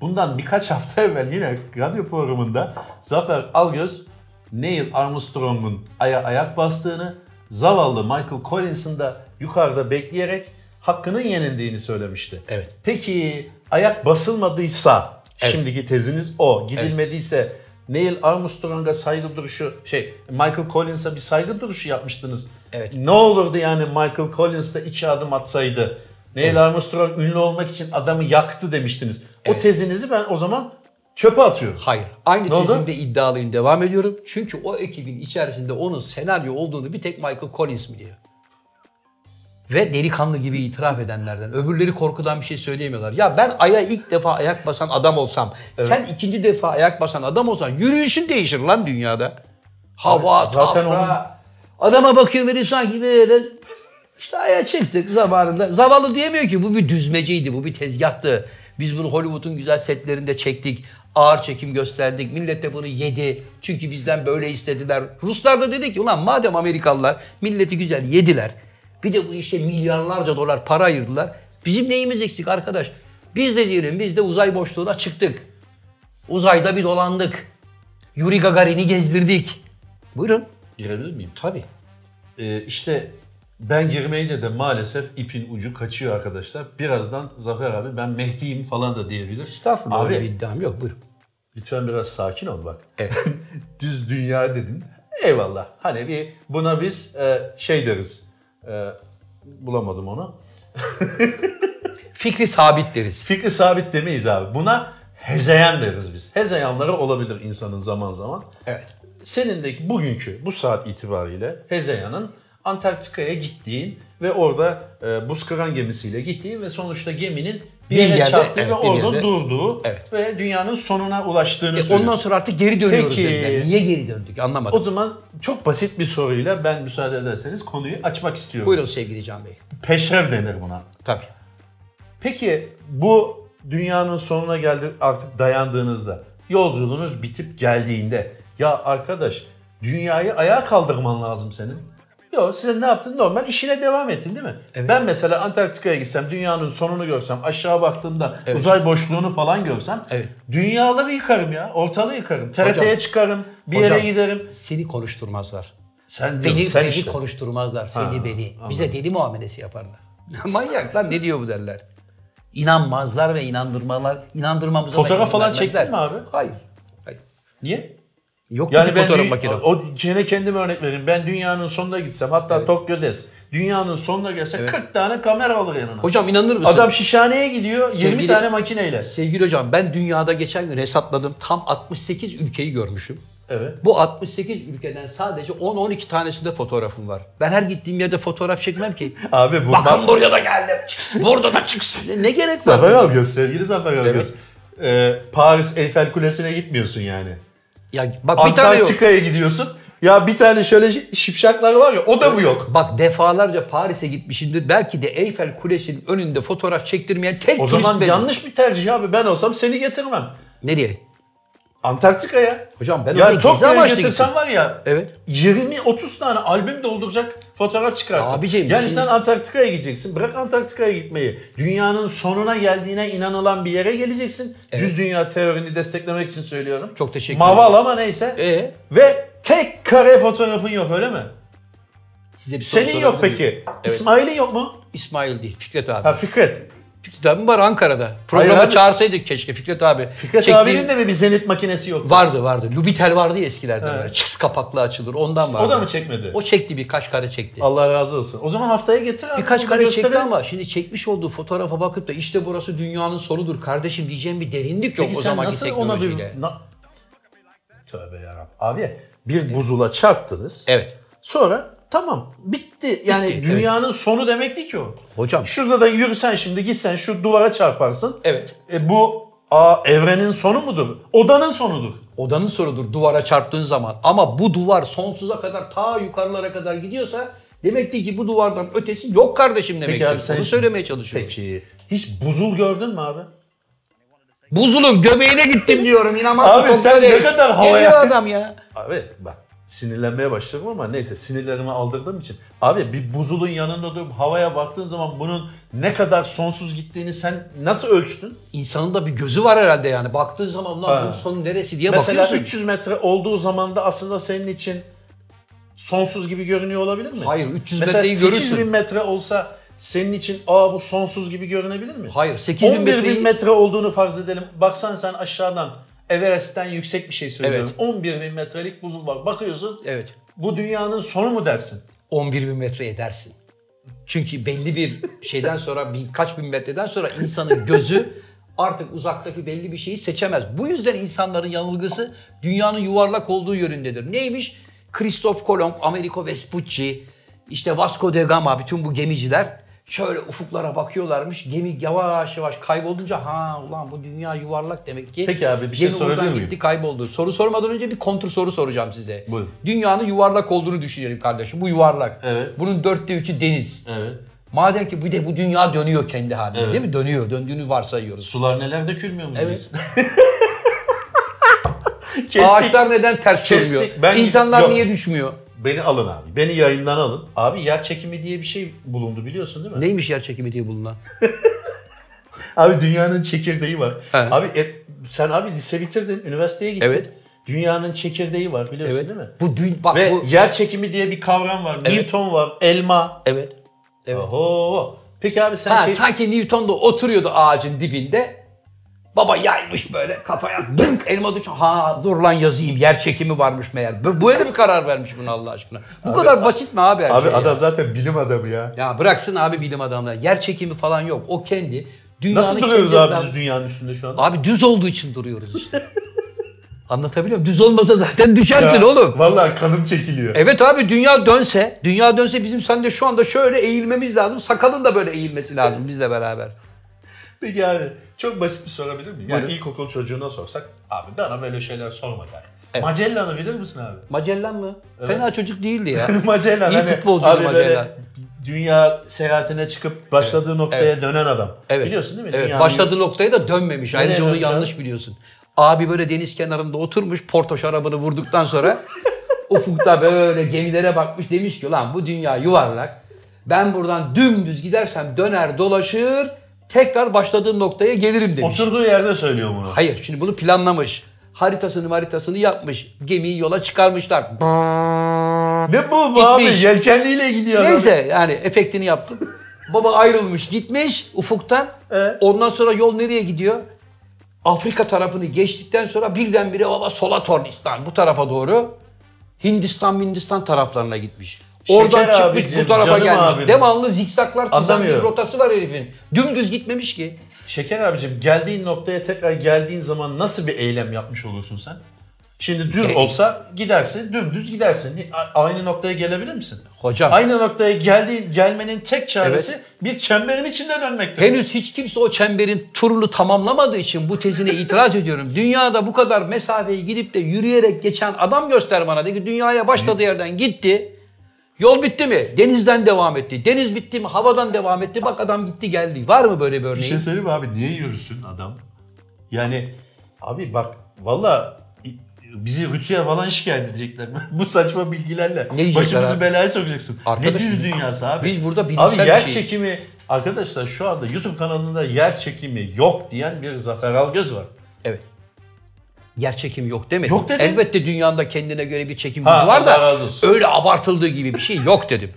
Bundan birkaç hafta evvel yine radyo programında Zafer Algöz Neil Armstrong'un aya ayak bastığını, zavallı Michael Collins'ın da yukarıda bekleyerek hakkının yenildiğini söylemişti.
Evet.
Peki ayak basılmadıysa şimdiki teziniz o. Gidilmediyse Neil Armstrong'a saygı duruşu şey Michael Collins'a bir saygı duruşu yapmıştınız.
Evet.
Ne olurdu yani Michael Collins da iki adım atsaydı? Neil Armstrong ünlü olmak için adamı yaktı demiştiniz. O tezinizi ben o zaman çöpe atıyorum.
Hayır. Aynı
Ne oldu?
tezimde iddialıyım devam ediyorum. Çünkü o ekibin içerisinde onun senaryo olduğunu bir tek Michael Collins biliyor. Ve delikanlı gibi itiraf edenlerden. Öbürleri korkudan bir şey söyleyemiyorlar. Ya ben aya ilk defa ayak basan adam olsam, sen ikinci defa ayak basan adam olsan yürüyüşün değişir lan dünyada. Hava,
zaten
zaten
onun-
Adama bakıyor beni sanki böyle işte aya çıktık zamanında. Zavallı diyemiyor ki bu bir düzmeceydi, bu bir tezgahtı. Biz bunu Hollywood'un güzel setlerinde çektik. Ağır çekim gösterdik. Millet de bunu yedi. Çünkü bizden böyle istediler. Ruslar da dedi ki ulan madem Amerikalılar milleti güzel yediler. Bir de bu işte milyarlarca dolar para ayırdılar. Bizim neyimiz eksik arkadaş? Biz de diyelim biz de uzay boşluğuna çıktık. Uzayda bir dolandık. Yuri Gagarin'i gezdirdik. Buyurun.
Girebilir miyim?
Tabii.
Ee, işte ben girmeyince de maalesef ipin ucu kaçıyor arkadaşlar. Birazdan Zafer abi ben Mehdi'yim falan da diyebilir.
Estağfurullah
Abi
öyle bir iddiam yok. Buyurun.
Lütfen biraz sakin ol bak.
Evet.
Düz dünya dedin. Eyvallah. Hani bir buna biz e, şey deriz. E, bulamadım onu.
Fikri sabit deriz.
Fikri sabit demeyiz abi. Buna hezeyan deriz biz. Hezeyanları olabilir insanın zaman zaman.
Evet.
Senindeki bugünkü bu saat itibariyle hezeyanın Antarktika'ya gittiğin ve orada e, buz kıran gemisiyle gittiğin ve sonuçta geminin bir
Bir
yere
yerde,
çarptığı
evet,
ve
bir
orada
yerde.
durduğu
Evet.
ve dünyanın sonuna ulaştığını
E,
söylüyorsun.
ondan sonra artık geri dönüyoruz
Peki.
dediler. Niye geri döndük anlamadım.
O zaman çok basit bir soruyla ben müsaade ederseniz konuyu açmak istiyorum.
Buyurun sevgili Can Bey.
Peşrev denir buna.
Tabii.
Peki bu dünyanın sonuna geldi artık dayandığınızda, yolculuğunuz bitip geldiğinde ya arkadaş dünyayı ayağa kaldırman lazım senin. Yok sen ne yaptın normal işine devam ettin değil mi? Ben mesela Antarktika'ya gitsem dünyanın sonunu görsem aşağı baktığımda uzay boşluğunu falan görsem
Evet.
dünyaları yıkarım ya ortalığı yıkarım. TRT'ye
Hocam-
çıkarım bir yere
Hocam,
giderim.
Seni konuşturmazlar.
Sen diyorum
Beni,
sen
beni
işte.
konuşturmazlar. Seni
Ha,
beni.
anladım.
Bize deli muamelesi yaparlar. Manyak lan ne diyor bu derler. İnanmazlar ve inandırmalar. inandırmamıza da
Fotoğraf
izin
falan
vermezler.
çektin mi abi?
Hayır. Hayır.
Niye?
Yok
Yani
yani
ben
fotoğraf
dü-
makinem.
o yine kendime örnek vereyim. Ben dünyanın sonuna gitsem hatta Tokyo des. Dünyanın sonuna gelse 40 tane kamera alır yanına.
Hocam inanır mısın?
Adam şişhaneye gidiyor 20
Sevgili-
tane makineyle.
Sevgili hocam ben dünyada geçen gün hesapladım. Tam 68 ülkeyi görmüşüm.
Evet.
Bu 68 ülkeden sadece 10-12 tanesinde fotoğrafım var. Ben her gittiğim yerde fotoğraf çekmem ki.
Abi bu
Bakın buraya da geldim. Çıksın, Burada da çıksın. Ne- Ne gerek var?
Zafer Algöz, sevgili Zafer Algöz. Ee, Paris Eyfel Kulesi'ne gitmiyorsun yani.
Ya bak bir tane yok.
Antarktika'ya gidiyorsun. Ya bir tane şöyle şipşaklar var ya o da mı yok?
Bak defalarca Paris'e gitmişimdir. Belki de Eyfel Kulesi'nin önünde fotoğraf çektirmeyen tek
O
turist
zaman
benim.
yanlış bir tercih abi. Ben olsam seni getirmem.
Nereye?
Antarktika'ya.
Hocam ben oraya
Ya
gezi
Tokyo'ya
amaçlı
getirsen var ya
Evet.
20-30 tane albüm dolduracak fotoğraf çıkartır.
Abiciğim,
yani
şimdi-
sen Antarktika'ya gideceksin. Bırak Antarktika'ya gitmeyi. Dünyanın sonuna geldiğine inanılan bir yere geleceksin. Düz dünya teorini desteklemek için söylüyorum.
Çok teşekkür
Maval ama neyse.
Ee?
Ve tek kare fotoğrafın yok öyle mi?
Size bir soru
Senin yok
sorabilir
peki.
miyim? Evet.
İsmail'in yok mu?
İsmail değil, Fikret abi.
Ha Fikret.
Fikret abim var Ankara'da. Programa
abi.
çağırsaydık keşke Fikret abi.
Fikret
Çektiğim-
abinin de mi bir zenit makinesi yok?
Vardı vardı. Lubitel vardı ya eskilerden.
Evet.
böyle. Çıks kapaklı açılır. Ondan vardı.
O da mı çekmedi?
O çekti birkaç kare çekti.
Allah razı olsun. O zaman haftaya getir abi.
Birkaç
bunu
kare
gösterelim.
çekti ama şimdi çekmiş olduğu fotoğrafa bakıp da işte burası dünyanın sonudur kardeşim diyeceğim bir derinlik yok
Peki
o
sen
zamanki
nasıl ona
teknolojiyle.
bir... Na... Tövbe yarabbim. Abi bir buzula çarptınız.
Evet.
Sonra tamam bitti. Yani
Bitti,
dünyanın sonu demekti ki o.
Hocam.
Şurada da yürüsen şimdi gitsen şu duvara çarparsın.
Evet.
E, bu a, evrenin sonu mudur? Odanın sonudur.
Odanın sorudur duvara çarptığın zaman. Ama bu duvar sonsuza kadar ta yukarılara kadar gidiyorsa demektir ki bu duvardan ötesi yok kardeşim demektir. Bunu söylemeye çalışıyorum.
Peki hiç buzul gördün mü abi?
Buzulun göbeğine gittim diyorum inanmazsın.
Abi
Çok
sen
böyle
ne kadar havaya-
Geliyor adam ya.
Abi bak sinirlenmeye başladım ama neyse sinirlerimi aldırdığım için. Abi bir buzulun yanında durup havaya baktığın zaman bunun ne kadar sonsuz gittiğini sen nasıl ölçtün?
İnsanın da bir gözü var herhalde yani. Baktığın zaman lan
Ha.
bunun sonu neresi diye
Mesela
bakıyorsun.
300 metre olduğu zaman da aslında senin için sonsuz gibi görünüyor olabilir mi?
Hayır, 300
Mesela
metreyi görürsün.
8000 metre olsa senin için aa bu sonsuz gibi görünebilir mi?
Hayır 8000
11.000
metreyi...
metre olduğunu farz edelim. Baksan sen aşağıdan Everest'ten yüksek bir şey söylüyorum. 11 bin metrelik buzul var. Bakıyorsun
Evet.
bu dünyanın sonu mu dersin?
11 bin metre edersin. Çünkü belli bir şeyden sonra birkaç bin metreden sonra insanın gözü artık uzaktaki belli bir şeyi seçemez. Bu yüzden insanların yanılgısı dünyanın yuvarlak olduğu yönündedir. Neymiş? Kristof Kolomb, Americo Vespucci, işte Vasco da Gama bütün bu gemiciler şöyle ufuklara bakıyorlarmış. Gemi yavaş yavaş kaybolunca ha ulan bu dünya yuvarlak demek ki.
Peki abi, bir şey
gemi
sorabilir
buradan
miyim?
gitti kayboldu. Soru sormadan önce bir kontr soru soracağım size.
Buyurun.
Dünyanın yuvarlak olduğunu düşünelim kardeşim. Bu yuvarlak.
Evet.
Bunun dörtte üçü deniz.
Evet.
Madem ki bir de bu dünya dönüyor kendi haline değil mi? Dönüyor. Döndüğünü varsayıyoruz.
Sular neler dökülmüyor mu? Evet.
Ağaçlar neden ters
Kestik.
dönmüyor?
Ben-
İnsanlar
Yok.
niye düşmüyor?
Beni alın abi. Beni yayından alın. Abi yer çekimi diye bir şey bulundu biliyorsun değil mi?
Neymiş yer çekimi diye bulunan?
Abi dünyanın çekirdeği var.
He.
Abi e, sen abi lise bitirdin, üniversiteye gittin.
Evet.
Dünyanın çekirdeği var biliyorsun
Evet.
değil mi?
Bu dün bak
Ve
bu
yer çekimi diye bir kavram var. Newton var, elma.
evet. Evet.
Oho. Peki abi sen
Ha,
şey...
sanki Newton da oturuyordu ağacın dibinde. Baba yaymış böyle kafaya dınk elma düşüyor. Ha dur lan yazayım yer çekimi varmış meğer. Bu- Böyle bir karar vermiş bunu Allah aşkına. Bu kadar basit mi abi her
Abi
şey ya?
adam zaten bilim adamı ya.
Ya bıraksın abi bilim adamları. Yer çekimi falan yok. O kendi. Dünyanın
Nasıl duruyoruz
kendi
abi
etrafı-
biz dünyanın üstünde şu anda?
Abi düz olduğu için duruyoruz işte. Anlatabiliyor muyum? Düz olmasa zaten düşersin
Ya,
oğlum.
Vallahi kanım çekiliyor.
Evet abi dünya dönse, dünya dönse bizim sen de şu anda şöyle eğilmemiz lazım. Sakalın da böyle eğilmesi lazım bizle beraber.
Peki abi çok basit bir sorabilir miyim? Yani
Buyurun.
ilkokul çocuğuna sorsak abi bana böyle şeyler sorma der. Magellan'ı bilir misin abi?
Magellan mı? Fena çocuk değildi ya.
Magellan
İyi
hani
futbolcuydu
abi böyle
Magellan.
Dünya seyahatine çıkıp başladığı noktaya dönen adam.
Evet.
Biliyorsun değil mi?
Evet.
Dünyanın-
Başladığı noktaya da dönmemiş. Ayrıca onu
dönmüş
yanlış biliyorsun. Abi böyle deniz kenarında oturmuş porto şarabını vurduktan sonra ufukta böyle gemilere bakmış demiş ki lan bu dünya yuvarlak. Ben buradan dümdüz gidersem döner dolaşır tekrar başladığım noktaya gelirim demiş.
Oturduğu yerde söylüyor bunu.
Hayır şimdi bunu planlamış. Haritasını haritasını yapmış. Gemiyi yola çıkarmışlar.
Ne bu bu abi?
Gitmiş.
Yelkenliyle gidiyor adam.
Neyse yani efektini yaptım. Baba ayrılmış gitmiş ufuktan.
Evet.
Ondan sonra yol nereye gidiyor? Afrika tarafını geçtikten sonra birdenbire baba sola Tornistan bu tarafa doğru Hindistan Hindistan taraflarına gitmiş.
Şeker
Oradan çıkmış
abicim,
bu tarafa
canım
gelmiş.
abim.
Devamlı zikzaklar çizen bir
Anlamıyorum.
rotası var herifin. Dümdüz gitmemiş ki.
Şeker abicim geldiğin noktaya tekrar geldiğin zaman nasıl bir eylem yapmış olursun sen? Şimdi düz olsa gidersin, dümdüz gidersin. A- Aynı noktaya gelebilir misin?
Hocam
Aynı noktaya geldiğin, gelmenin tek çaresi bir çemberin içinde dönmektir.
henüz hiç kimse o çemberin turunu tamamlamadığı için bu tezine itiraz ediyorum. Dünyada bu kadar mesafeyi gidip de yürüyerek geçen adam göster bana. De ki dünyaya başladığı yerden gitti. Yol bitti mi? Denizden devam etti. Deniz bitti mi? Havadan devam etti. Bak adam gitti geldi. Var mı böyle bir
Bir
örneği?
şey söyleyeyim mi abi? Niye yürüsün adam? Yani abi bak valla bizi rütüye falan şikayet edecekler. bu saçma bilgilerle
diyecekler
başımızı
abi?
belaya sokacaksın.
Arkadaş,
ne düz dünyası abi.
biz burada bilimsel
Abi
bir
yer
şey-
çekimi arkadaşlar şu anda YouTube kanalında yer çekimi yok diyen bir Zafer Algöz var.
Evet. Yer çekim yok demedim.
Yok dedin.
Elbette dünyada kendine göre bir çekim
Ha,
gücü var da
Allah razı olsun.
öyle abartıldığı gibi bir şey yok dedim.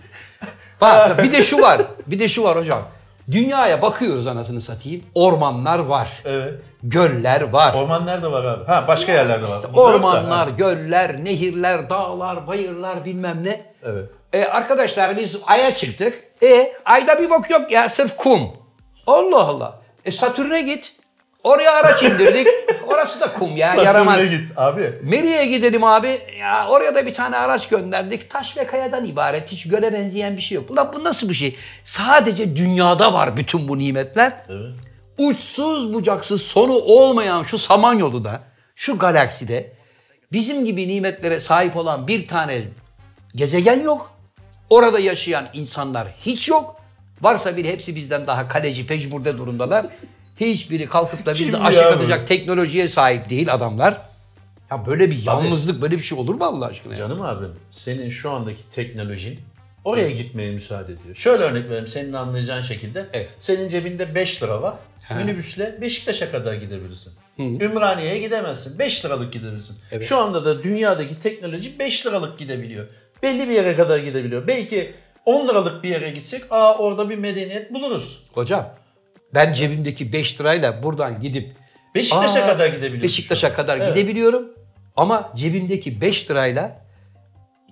Bak bir de şu var. Bir de şu var hocam. Dünyaya bakıyoruz anasını satayım. Ormanlar var.
Evet.
Göller var.
Ormanlar da var abi. Ha başka yerlerde var. Burada yok da.
Ormanlar, göller, nehirler, dağlar, bayırlar bilmem ne.
Evet.
E, arkadaşlar biz Ay'a çıktık. E Ay'da bir bok yok ya sırf kum. Allah Allah. E Satürn'e git. Oraya araç indirdik. Orası da kum ya
Satürn'e
yaramaz.
git abi.
Meri'ye gidelim abi. Ya oraya da bir tane araç gönderdik. Taş ve kayadan ibaret. Hiç göle benzeyen bir şey yok. Ulan bu nasıl bir şey? Sadece dünyada var bütün bu nimetler. Uçsuz bucaksız sonu olmayan şu Samanyolu'da, şu galakside bizim gibi nimetlere sahip olan bir tane gezegen yok. Orada yaşayan insanlar hiç yok. Varsa bir hepsi bizden daha kaleci pecmurde durumdalar. Hiçbiri kalkıp da bizi
Kim
aşık
ya bu?
atacak teknolojiye sahip değil adamlar. Ya böyle bir yalnızlık, böyle bir şey olur mu Allah aşkına? ya?
Canım abim senin şu andaki teknolojin oraya gitmeye müsaade ediyor. Şöyle örnek vereyim senin anlayacağın şekilde.
Evet.
Senin cebinde 5 lira var. Minibüsle Beşiktaş'a kadar gidebilirsin. Ümraniye'ye gidemezsin. 5 liralık gidebilirsin. Şu anda da dünyadaki teknoloji 5 liralık gidebiliyor. Belli bir yere kadar gidebiliyor. Belki 10 liralık bir yere gitsek aa orada bir medeniyet buluruz.
Hocam ben cebimdeki 5 lirayla buradan gidip
Beşiktaş'a
Aa,
kadar gidebiliyoruz. şu
Beşiktaş'a
anda.
kadar
Evet.
gidebiliyorum. Ama cebimdeki 5 lirayla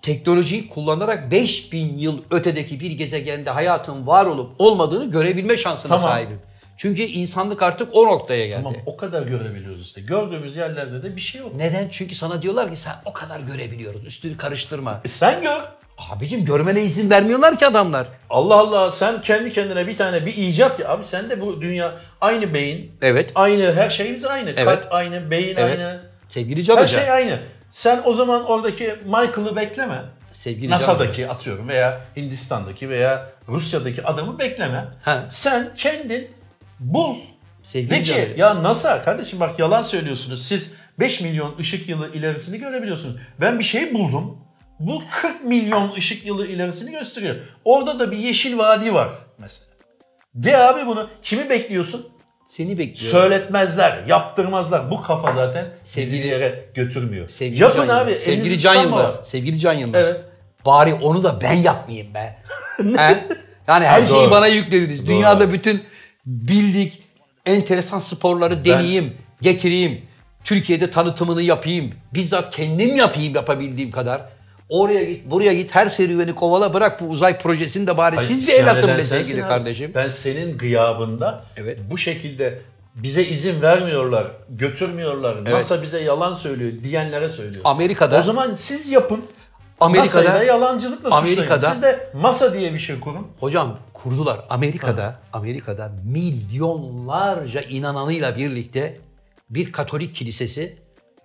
teknolojiyi kullanarak 5000 yıl ötedeki bir gezegende hayatın var olup olmadığını görebilme şansına
Tamam.
sahibim. Çünkü insanlık artık o noktaya geldi.
Tamam o kadar görebiliyoruz işte. Gördüğümüz yerlerde de bir şey yok.
Neden? Çünkü sana diyorlar ki sen o kadar görebiliyoruz. Üstünü karıştırma.
E sen gör.
Abicim görmene izin vermiyorlar ki adamlar.
Allah Allah sen kendi kendine bir tane bir icat ya. Abi sen de bu dünya aynı beyin.
Evet.
Aynı her şeyimiz aynı.
Evet.
Kalp aynı, beyin
Evet.
aynı.
Sevgili Can
Her
Hoca.
şey aynı. Sen o zaman oradaki Michael'ı bekleme.
Sevgili Can
NASA'daki atıyorum veya Hindistan'daki veya Rusya'daki adamı bekleme.
Ha.
Sen kendin bul.
Sevgili
De
Can
ki
Hoca.
ya NASA kardeşim bak yalan söylüyorsunuz. Siz 5 milyon ışık yılı ilerisini görebiliyorsunuz. Ben bir şey buldum. Bu 40 milyon ışık yılı ilerisini gösteriyor. Orada da bir yeşil vadi var mesela. De abi bunu kimi bekliyorsun?
Seni bekliyorum.
Söyletmezler, yaptırmazlar. Bu kafa zaten
Sevgili-
bizi bir yere götürmüyor.
Sevgili
Yapın
Can
abi.
Yılmaz. Sevgili
elinizi
Can
tutma
Yılmaz.
var.
Sevgili Can Yılmaz.
Evet.
Bari onu da ben yapmayayım be. He? Yani
Ha,
her şeyi
doğru.
bana yüklediniz. Dünyada bütün bildik enteresan sporları deneyeyim, getireyim. Türkiye'de tanıtımını yapayım. Bizzat kendim yapayım yapabildiğim kadar. Oraya git, buraya git, her serüveni kovala bırak bu uzay projesini de bari
Ay,
siz de
isyan
el atın
eden
be
sensin
sevgili
abi.
kardeşim.
Ben senin gıyabında
Evet.
bu şekilde bize izin vermiyorlar, götürmüyorlar, NASA bize yalan söylüyor diyenlere söylüyorum.
Amerika'da-
O zaman siz yapın.
Amerika'da-
Amerika'da NASA'yı da yalancılıkla
Amerika'da-
suçlayın. Siz de masa diye bir şey kurun.
Hocam kurdular. Amerika'da Amerika'da milyonlarca inananıyla birlikte bir Katolik kilisesi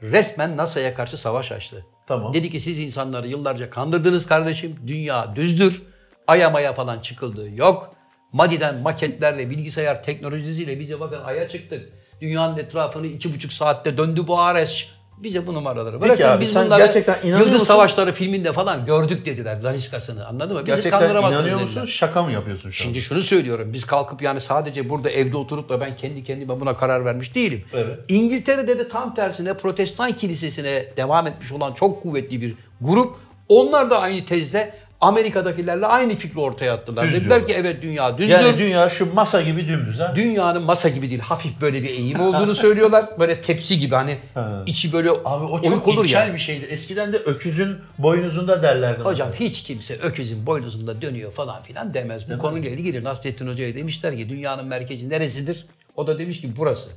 resmen NASA'ya karşı savaş açtı.
Tamam.
Dedi ki siz insanları yıllarca kandırdınız kardeşim. Dünya düzdür. Aya maya falan çıkıldığı yok. Madiden maketlerle, bilgisayar teknolojisiyle bize bakın aya çıktık. Dünyanın etrafını iki buçuk saatte döndü bu Ares. Bize bu numaraları bırakın.
abi,
Biz
sen
bunları
gerçekten inanıyor
Yıldız
musun?
Savaşları filminde falan gördük dediler daniskasını. Anladın mı? Bizi
Gerçekten
kandıramazsınız
inanıyor
dediler.
musun? Şaka mı yapıyorsun şu an?
Şimdi şunu söylüyorum. Biz kalkıp yani sadece burada evde oturup da ben kendi kendime buna karar vermiş değilim.
Evet.
İngiltere'de de tam tersine protestan kilisesine devam etmiş olan çok kuvvetli bir grup. Onlar da aynı tezde Amerika'dakilerle aynı fikri ortaya attılar.
Düz
Dediler ki
diyorlar.
evet dünya düzdür.
yani dünya şu masa gibi dümdüz ha.
Dünyanın masa gibi değil hafif böyle bir eğim olduğunu söylüyorlar. Böyle tepsi gibi hani içi böyle
Abi o
oyuk
çok
olur ya.
ilkel bir şeydi. Eskiden de öküzün boynuzunda derlerdi.
Hocam hiç kimse öküzün boynuzunda dönüyor falan filan demez. Bu konuyla ilgili Nasrettin Hoca'ya demişler ki dünyanın merkezi neresidir? O da demiş ki burası.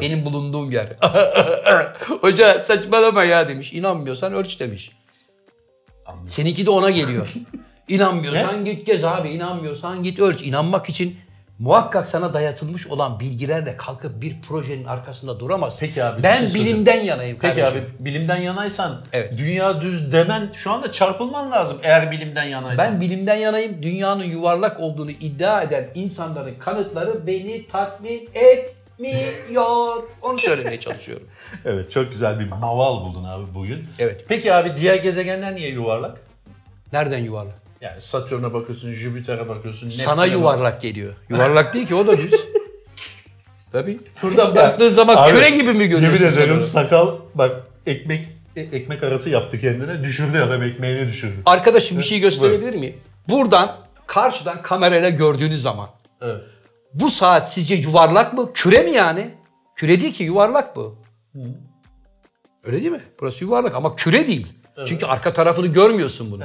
Benim bulunduğum yer. Hoca saçmalama ya demiş. İnanmıyorsan ölç demiş. Seninki de ona geliyor. İnanmıyorsan git gez abi. inanmıyorsan git ölç. İnanmak için muhakkak sana dayatılmış olan bilgilerle kalkıp bir projenin arkasında duramazsın.
Peki abi, bir
Ben
şey soracağım.
bilimden yanayım
Peki
kardeşim.
abi bilimden yanaysan
Evet.
dünya düz demen şu anda çarpılman lazım eğer bilimden yanaysan.
Ben bilimden yanayım. Dünyanın yuvarlak olduğunu iddia eden insanların kanıtları beni tatmin etmiyor. Onu söylemeye çalışıyorum.
Evet çok güzel bir maval buldun abi bugün.
Evet.
Peki abi diğer gezegenler niye yuvarlak?
Nereden yuvarlak?
Yani Satürn'e bakıyorsun, Jüpiter'e bakıyorsun.
Sana
Neptün'e bak-
yuvarlak geliyor. Yuvarlak değil ki o da düz. Tabii.
Buradan
Baktığın zaman küre gibi mi görüyorsun?
Yemin ediyorum
sen onu?
sakal bak ekmek e- ekmek arası yaptı kendine. Düşürdü adam ekmeğini düşürdü.
Arkadaşım bir şey gösterebilir miyim? Buradan karşıdan kamerayla gördüğünüz zaman
Evet.
bu saat sizce yuvarlak mı? Küre mi yani? Küre değil ki yuvarlak bu. Öyle değil mi? Burası yuvarlak ama küre değil. Çünkü arka tarafını görmüyorsun bunu.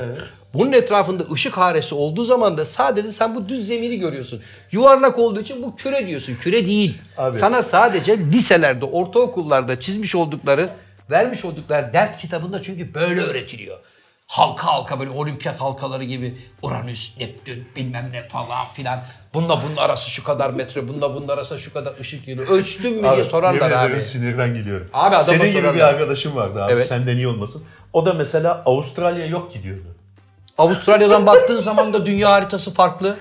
Bunun etrafında ışık haresi olduğu zaman da sadece sen bu düz zemini görüyorsun. Yuvarlak olduğu için bu küre diyorsun. Küre değil.
Abi.
Sana sadece liselerde, ortaokullarda çizmiş oldukları, vermiş oldukları dert kitabında çünkü böyle öğretiliyor. Halka halka böyle olimpiyat halkaları gibi Uranüs, Neptün bilmem ne falan filan. Bununla bunun arası şu kadar metre, bununla bunun arası şu kadar ışık yılı. Ölçtün mü diye sorarlar
yemin
abi.
ederim sinirden geliyorum.
Abi adama
Senin gibi
sorarlar.
bir arkadaşım vardı abi
Evet.
senden iyi olmasın. O da mesela Avustralya yok gidiyordu.
Avustralya'dan baktığın zaman da dünya haritası farklı.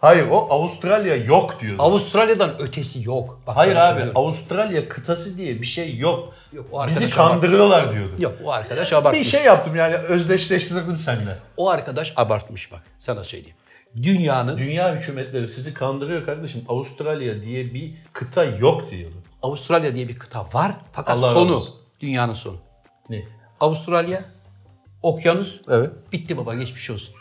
Hayır o Avustralya yok diyordu.
Avustralya'dan ötesi yok. Bak
Hayır
sana
abi
söylüyorum.
Avustralya kıtası diye bir şey yok.
Yok, o arkadaş
Bizi
abartmış.
kandırıyorlar diyordu.
Yok o arkadaş abartmış.
Bir şey yaptım yani özdeşleştirdim seninle.
O arkadaş abartmış bak sana söyleyeyim. Dünyanın
Dünya hükümetleri sizi kandırıyor kardeşim. Avustralya diye bir kıta yok diyordu.
Avustralya diye bir kıta var fakat
Allah razı
sonu
olsun.
dünyanın sonu.
Ne?
Avustralya, okyanus,
Evet.
bitti baba geçmiş olsun.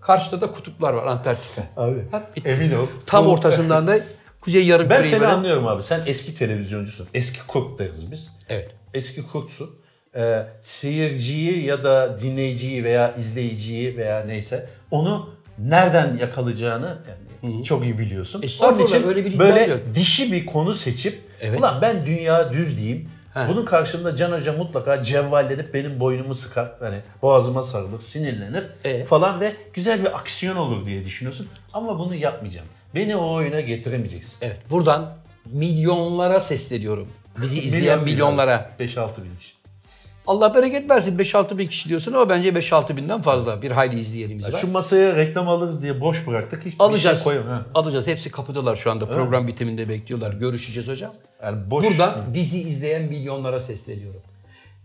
Karşıda da kutuplar var Antarktika.
Abi
Ha, bitti.
emin ol.
Tam
Bu-
ortasından da kuzey yarım
Ben seni anlıyorum abi. Sen eski televizyoncusun. Eski kurt deriz biz.
Evet.
Eski kurtsun. Ee, seyirciyi ya da dinleyiciyi veya izleyiciyi veya neyse onu nereden yakalayacağını yani çok iyi biliyorsun.
Estağfurullah,
Onun için
öyle bir iddiam yok.
böyle dişi bir konu seçip
Evet.
ulan ben dünya düz diyeyim. Bunun karşılığında Can Hoca mutlaka cevvallenip benim boynumu sıkar. Hani boğazıma sarılır, sinirlenir
E?
falan ve güzel bir aksiyon olur diye düşünüyorsun. Ama bunu yapmayacağım. Beni o oyuna getiremeyeceksin.
Evet buradan milyonlara sesleniyorum. Bizi izleyen
Milyon değil
milyonlara.
abi. 5-6 bin kişi.
Allah bereket versin 5-6 bin kişi diyorsun ama bence 5-6 binden fazla bir hayli izleyenimiz var.
Şu masaya reklam alırız diye boş bıraktık. Hiçbir
Alacağız.
şey koyamam.
Alacağız. Hepsi kapıdalar şu anda. Program bitiminde bekliyorlar. Görüşeceğiz hocam.
Yani boş.
Burada bizi izleyen milyonlara sesleniyorum.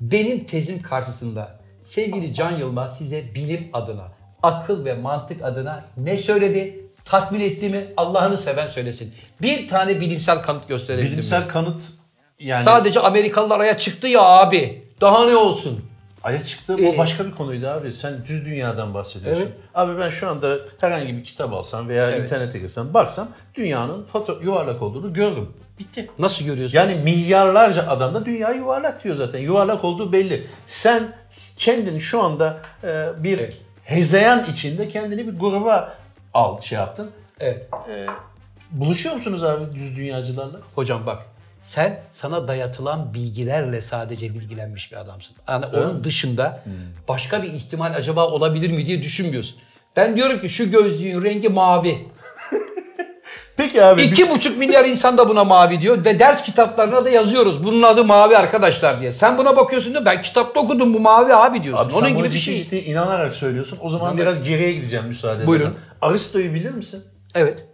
Benim tezim karşısında sevgili Can Yılmaz size bilim adına, akıl ve mantık adına ne söyledi? Tatmin etti mi? Allah'ını seven söylesin. Bir tane bilimsel kanıt gösterebildim.
Bilimsel kanıt yani
Sadece Amerikalılar aya çıktı ya abi. Daha ne olsun?
aya çıktı. O başka bir konuydu abi. Sen düz dünyadan bahsediyorsun.
Ee, Evet.
Abi ben şu anda herhangi bir kitap alsam veya internete girsem baksam dünyanın foto yuvarlak olduğunu görürüm. Bitti.
Nasıl görüyorsun?
Yani milyarlarca adam da dünya yuvarlak diyor zaten. Yuvarlak olduğu belli. Sen kendini şu anda e, bir
Evet.
hezeyan içinde kendini bir gruba al şey yaptın. E,
Evet.
Buluşuyor musunuz abi düz dünyacılarla?
Hocam bak sen sana dayatılan bilgilerle sadece bilgilenmiş bir adamsın. Yani onun dışında
Hmm.
başka bir ihtimal acaba olabilir mi diye düşünmüyorsun. Ben diyorum ki şu gözlüğün rengi mavi.
Peki abi. bir-
İki buçuk milyar insan da buna mavi diyor ve ders kitaplarına da yazıyoruz. Bunun adı mavi arkadaşlar diye. Sen buna bakıyorsun da ben kitapta okudum bu mavi abi diyorsun.
Abi sen
onun
bunu
gibi bir
ciddi
şey.
ciddi inanarak söylüyorsun. O zaman
İnanarak.
biraz geriye gideceğim müsaade
Buyurun.
edersen. Aristo'yu bilir misin?
Evet.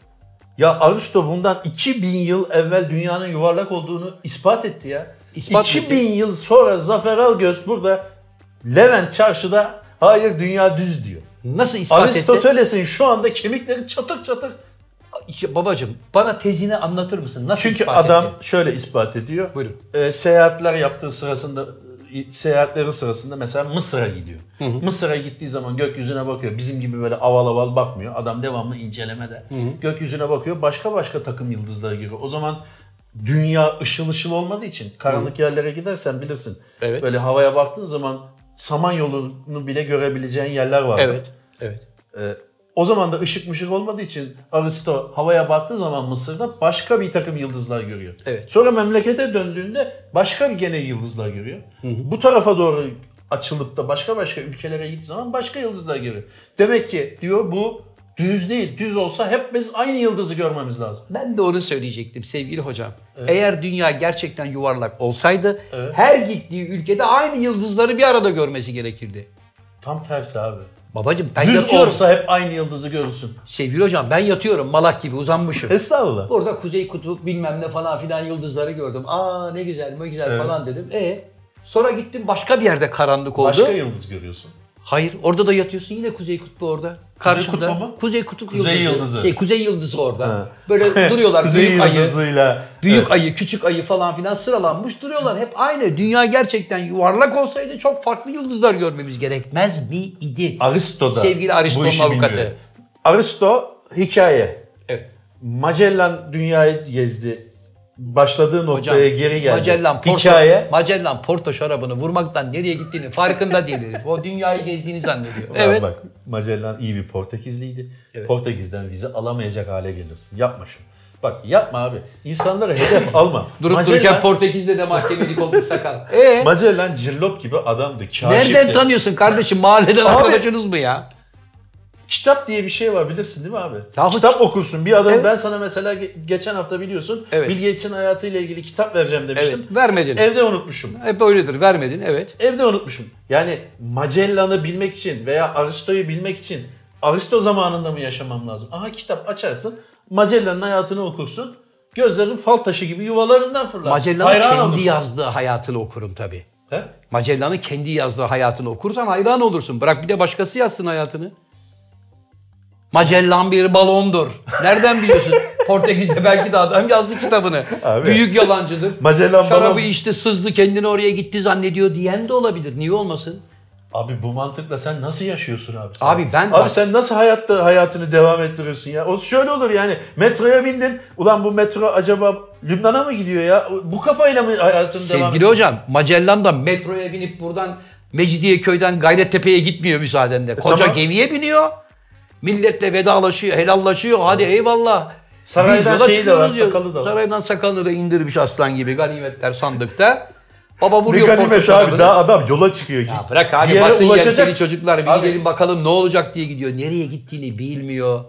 Ya Aristo bundan 2000 yıl evvel dünyanın yuvarlak olduğunu ispat etti ya.
İspat mı
2000 yıl sonra Zafer Algöz burada Levent Çarşı'da hayır dünya düz diyor.
Nasıl ispat etti?
Aristoteles'in şu anda kemikleri çatır çatır.
Ya Babacım bana tezini anlatır mısın? Nasıl
Çünkü
ispat
adam
etti?
şöyle ispat ediyor.
Buyurun.
Ee, seyahatler yaptığı sırasında seyahatleri sırasında mesela Mısır'a gidiyor. Mısır'a gittiği zaman gökyüzüne bakıyor. Bizim gibi böyle aval aval bakmıyor. Adam devamlı incelemede. Gökyüzüne bakıyor. Başka başka takım yıldızları giriyor. O zaman dünya ışıl ışıl olmadığı için karanlık yerlere gidersen bilirsin.
Evet.
Böyle havaya baktığın zaman Samanyolu'nu bile görebileceğin yerler var.
Evet. Evet.
Ee, O zaman da ışık mışık olmadığı için Aristo havaya baktığı zaman Mısır'da başka bir takım yıldızlar görüyor.
Evet.
Sonra memlekete döndüğünde başka bir gene yıldızlar görüyor. Bu tarafa doğru açılıp da başka başka ülkelere gittiği zaman başka yıldızlar görüyor. Demek ki diyor bu düz değil. Düz olsa hep biz aynı yıldızı görmemiz lazım.
Ben de onu söyleyecektim sevgili hocam. Eğer dünya gerçekten yuvarlak olsaydı her gittiği ülkede aynı yıldızları bir arada görmesi gerekirdi.
Tam tersi abi.
Babacım ben
Düz
yatıyorum.
olsa hep aynı yıldızı görürsün.
Sevgili hocam ben yatıyorum malak gibi uzanmışım.
Estağfurullah.
Orada kuzey kutup bilmem ne falan filan yıldızları gördüm. Aa ne güzel ne güzel falan dedim. E sonra gittim başka bir yerde karanlık oldu.
Başka yıldız görüyorsun.
Hayır orada da yatıyorsun yine kuzey kutbu orada. Karşında.
kutbu mu?
Kuzey kutup
Kuzey
yıldızı.
yıldızı.
Şey, kuzey yıldızı orada. Böyle duruyorlar
Kuzey
büyük ayı.
yıldızıyla.
Büyük ayı, küçük ayı falan filan sıralanmış duruyorlar. Hep aynı. Dünya gerçekten yuvarlak olsaydı çok farklı yıldızlar görmemiz gerekmez miydi?
Aristo da
Sevgili Aristo'nun
bu işi
avukatı.
bilmiyor. Aristo hikaye.
Evet.
Magellan dünyayı gezdi. Başladığı
Hocam,
noktaya geri geldi.
Magellan Porto,
hikaye.
Magellan Porto şarabını vurmaktan nereye gittiğini farkında değil herif. O dünyayı gezdiğini zannediyor. Evet.
Bak Magellan iyi bir Portekizliydi.
Evet.
Portekiz'den vize alamayacak hale gelirsin. Yapma şunu. Bak yapma abi. İnsanlara hedef alma.
Durup
Magellan, E?
dururken Portekiz'de de mahkemelik olduk sakal. Ee,
Magellan cirlop gibi adamdı. Kaşifti.
nereden tanıyorsun kardeşim? Mahalleden arkadaşınız mı ya?
Kitap diye bir şey var bilirsin değil mi abi?
Yahu-
kitap okursun bir adam.
Evet.
Ben sana mesela ge- geçen hafta biliyorsun
Evet.
Bill Gates'in hayatıyla ilgili kitap vereceğim demiştim.
Evet, vermedin.
Evde unutmuşum.
Hep öyledir. Vermedin evet.
Evde unutmuşum. Yani Magellan'ı bilmek için veya Aristo'yu bilmek için Aristo zamanında mı yaşamam lazım? Aha kitap açarsın Magellan'ın hayatını okursun. Gözlerin fal taşı gibi yuvalarından fırlar.
Magellan'ın
Hayran
kendi
olursun.
yazdığı hayatını okurum tabii.
He?
Magellan'ın kendi yazdığı hayatını okursan hayran olursun. Bırak bir de başkası yazsın hayatını. Magellan bir balondur. Nereden biliyorsun? Portekiz'de belki de adam yazdı kitabını.
Abi.
Büyük yalancıdır.
Magellan balon-
Şarabı içti, sızdı, kendini oraya gitti zannediyor diyen de olabilir. Niye olmasın?
Abi bu mantıkla sen nasıl yaşıyorsun abi? sen?
Abi ben-
Abi sen nasıl hayatta hayatını devam ettiriyorsun ya? O şöyle olur yani. Metroya bindin. Ulan bu metro acaba Lübnan'a mı gidiyor ya? Bu kafayla mı hayatını devam
Sevgili hocam, Magellan da metroya binip buradan Mecidiyeköy'den Gayrettepe'ye gitmiyor müsaadenle. Koca
E, tamam.
gemiye biniyor. Milletle vedalaşıyor, helallaşıyor. Hadi eyvallah.
Saraydan
Biz yola
şeyi de var,
çıkıyoruz diyor.
sakalı da var.
Saraydan sakalını da indirmiş aslan gibi.Ganimetler sandıkta. Baba
Ne
vuruyor
ganimet
porto
abi
şarabını.
daha adam yola çıkiyor.
Ya bırak abi
Bir yere
basın
ulaşacak.
ulaşacak. çocuklar bir
Abi-
gidelim bakalım ne olacak diye gidiyor. Nereye gittiğini bilmiyor.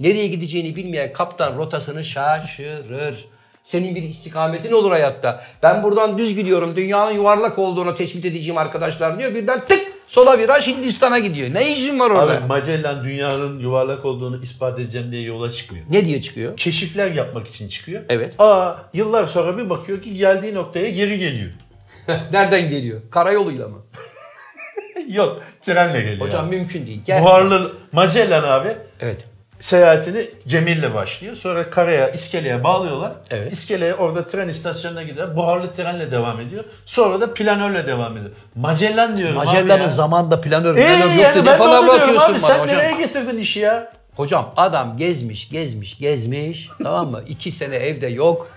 Nereye gideceğini bilmeyen kaptan rotasını şaşırır. Senin bir istikametin olur hayatta. Ben buradan düz gidiyorum. Dünyanın yuvarlak olduğunu tespit edeceğim arkadaşlar diyor. Birden tık sola viraj Hindistan'a gidiyor. Ne işin var orada?
Abi Magellan dünyanın yuvarlak olduğunu ispat edeceğim diye yola çıkmıyor.
ne diye çıkıyor?
Keşifler yapmak için çıkıyor.
Evet.
Aa yıllar sonra bir bakıyor ki geldiği noktaya geri geliyor.
Nereden geliyor? Karayoluyla mı?
Yok trenle geliyor.
Hocam
Hocam
mümkün değil. Gel.
Buharlı Magellan abi
Evet.
seyahatini gemiyle başlıyor. Sonra karaya, iskeleye bağlıyorlar.
Evet.
İskeleye orada tren istasyonuna gidiyor. Buharlı trenle devam ediyor. Sonra da planörle devam ediyor. Magellan diyorum abi
Magellan'ın
ya.
zamanında planör,
Ee,
planör
yani
yoktu.
ben
Ne
de onu
palavra
diyorum
atıyorsun bana
abi. Sen
hocam?
nereye getirdin işi ya?
Hocam adam gezmiş, gezmiş, gezmiş. tamam mı? İki sene evde yok.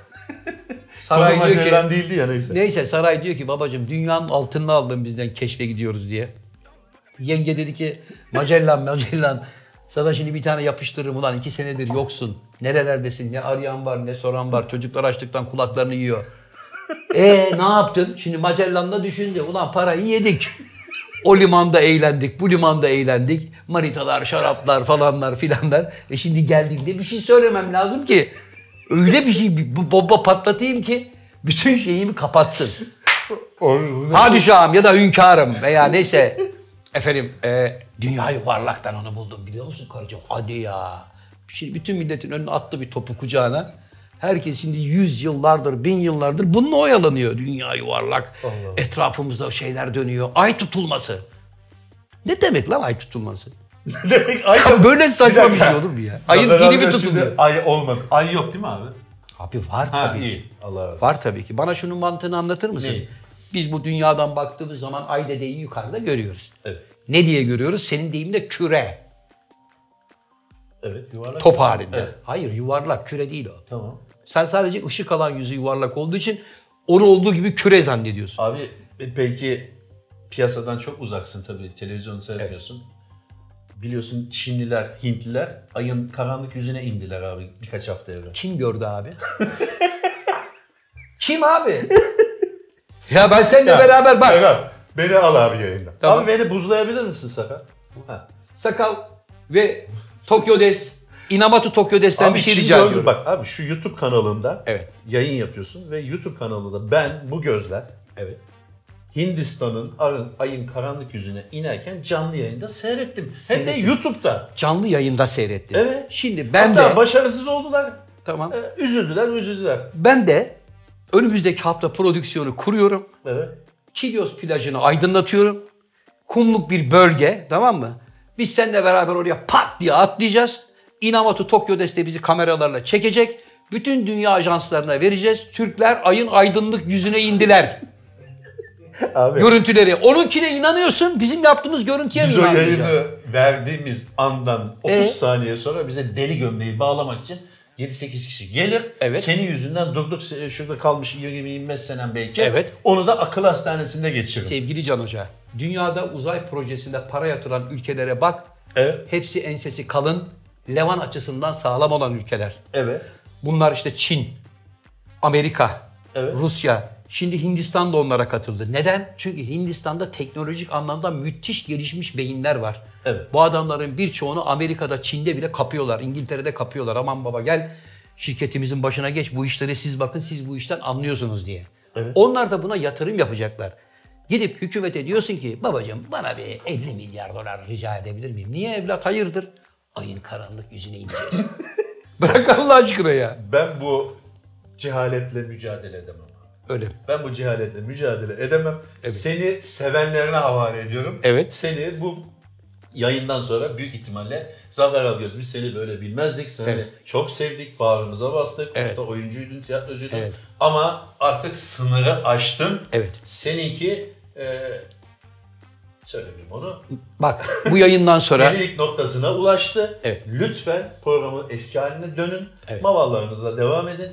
Konu
Saray diyor
Magellan
ki,
değildi ya neyse.
neyse saray diyor ki babacığım dünyanın altınını aldın bizden keşfe gidiyoruz diye. Yenge dedi ki Magellan Magellan sana şimdi bir tane yapıştırırım ulan iki senedir yoksun. Nerelerdesin ne arayan var ne soran var çocuklar açlıktan kulaklarını yiyor. E ne yaptın? Şimdi Magellan'da düşündü. Ulan parayı yedik. O limanda eğlendik, bu limanda eğlendik. Manitalar, şaraplar falanlar filanlar. E şimdi geldiğinde bir şey söylemem lazım ki. Öyle bir şey, bir bu bomba patlatayım ki bütün şeyimi kapatsın. Padişahım ya da hünkârım veya neyse. Efendim e, dünya yuvarlak ben onu buldum biliyor musun karıcığım? Hadi ya. Şimdi bütün milletin önüne attı bir topu kucağına. Herkes şimdi yüz yıllardır, bin yıllardır bununla oyalanıyor. Dünya yuvarlak. Etrafımızda şeyler dönüyor. Ay tutulması. Ne demek lan ay tutulması?
Demek ay
Ya böyle saçma bir
dakika.
şey olur mu ya? Ayın
Zafer
dili
abi
mi
şimdi
tutuluyor?
Ay olmadı. Ay yok değil mi abi?
Abi var
Ha
tabii.
iyi. Allah razı olsun.
Var tabii ki. Bana şunun mantığını anlatır mısın?
Neyi?
Biz bu dünyadan baktığımız zaman ay dedeyi yukarıda görüyoruz.
Evet.
Ne diye görüyoruz? Senin deyimde küre.
Evet yuvarlak.
Top halinde.
Evet.
Hayır yuvarlak küre değil o.
Tamam.
Sen sadece ışık alan yüzü yuvarlak olduğu için onu olduğu gibi küre zannediyorsun.
Abi e, belki piyasadan çok uzaksın tabii. Televizyonu seyrediyorsun. Biliyorsun Çinliler, Hintliler ayın karanlık yüzüne indiler abi birkaç hafta evvel.
Kim gördü abi? Kim abi? ya ben seninle beraber bak.
Serhat beni al abi yayından.
Tamam.
Abi beni buzlayabilir misin Serhat? Ha.
Sakal ve Tokyo Des. Inamatu Tokyo Des'ten
Abi
bir şey
kim
rica
gördü?
ediyorum.
Bak abi şu YouTube kanalında
Evet.
yayın yapıyorsun ve YouTube kanalında ben bu gözler
Evet.
Hindistan'ın arın, ayın karanlık yüzüne inerken canlı yayında seyrettim. Hem de YouTube'da.
Canlı yayında seyrettim.
Evet.
Şimdi ben
Hatta
de
başarısız oldular.
tamam.
Ee, Üzüldüler, üzüldüler.
Ben de önümüzdeki hafta prodüksiyonu kuruyorum.
Evet.
Kilyos plajını aydınlatıyorum. Kumluk bir bölge tamam mı? Biz seninle beraber oraya pat diye atlayacağız. Inamatu Tokyo Deste bizi kameralarla çekecek. Bütün dünya ajanslarına vereceğiz. Türkler ayın aydınlık yüzüne indiler.
Abi
Görüntüleri. Onunkine inanıyorsun. Bizim yaptığımız görüntüye mi
biz o
inanmayacaksın?
yayını verdiğimiz andan 30
Ee?
saniye sonra bize deli gömleği bağlamak için 7-8 kişi gelir.
Evet.
Senin yüzünden durduk se- şurada kalmış 20-25 senen belki.
Evet.
Onu da akıl hastanesinde geçirir.
Sevgili Can Hoca, dünyada uzay projesinde para yatıran ülkelere bak.
Evet.
Hepsi ensesi kalın, levan açısından sağlam olan ülkeler.
Evet.
Bunlar işte Çin, Amerika,
Evet.
Rusya. Şimdi Hindistan da onlara katıldı. Neden? Çünkü Hindistan'da teknolojik anlamda müthiş gelişmiş beyinler var.
Evet.
Bu adamların birçoğunu Amerika'da, Çin'de bile kapıyorlar. İngiltere'de kapıyorlar. Aman baba gel şirketimizin başına geç. Bu işlere siz bakın, siz bu işten anlıyorsunuz diye.
Evet.
Onlar da buna yatırım yapacaklar. Gidip hükümete diyorsun ki babacığım bana bir 50 milyar dolar rica edebilir miyim? Niye evlat? Hayırdır? Ayın karanlık yüzüne ineceğiz. Bırak Allah aşkına ya.
Ben bu cehaletle mücadele edemem.
Öyle mi?
Ben bu cehaletle mücadele edemem. Seni sevenlerine havale ediyorum.
Evet.
Seni bu yayından sonra büyük ihtimalle Zafer Algöz biz seni böyle bilmezdik. Seni
Evet.
çok sevdik, bağrımıza bastık.
Evet.
Usta oyuncuydun, tiyatrocuydun.
Evet.
Ama artık sınırı aştın.
Evet.
Seninki e, söylemeyeyim onu.
Bak bu yayından sonra
Delilik noktasına ulaştı.
Evet.
Lütfen programın eski haline dönün.
Evet.
Mavallarınıza devam edin.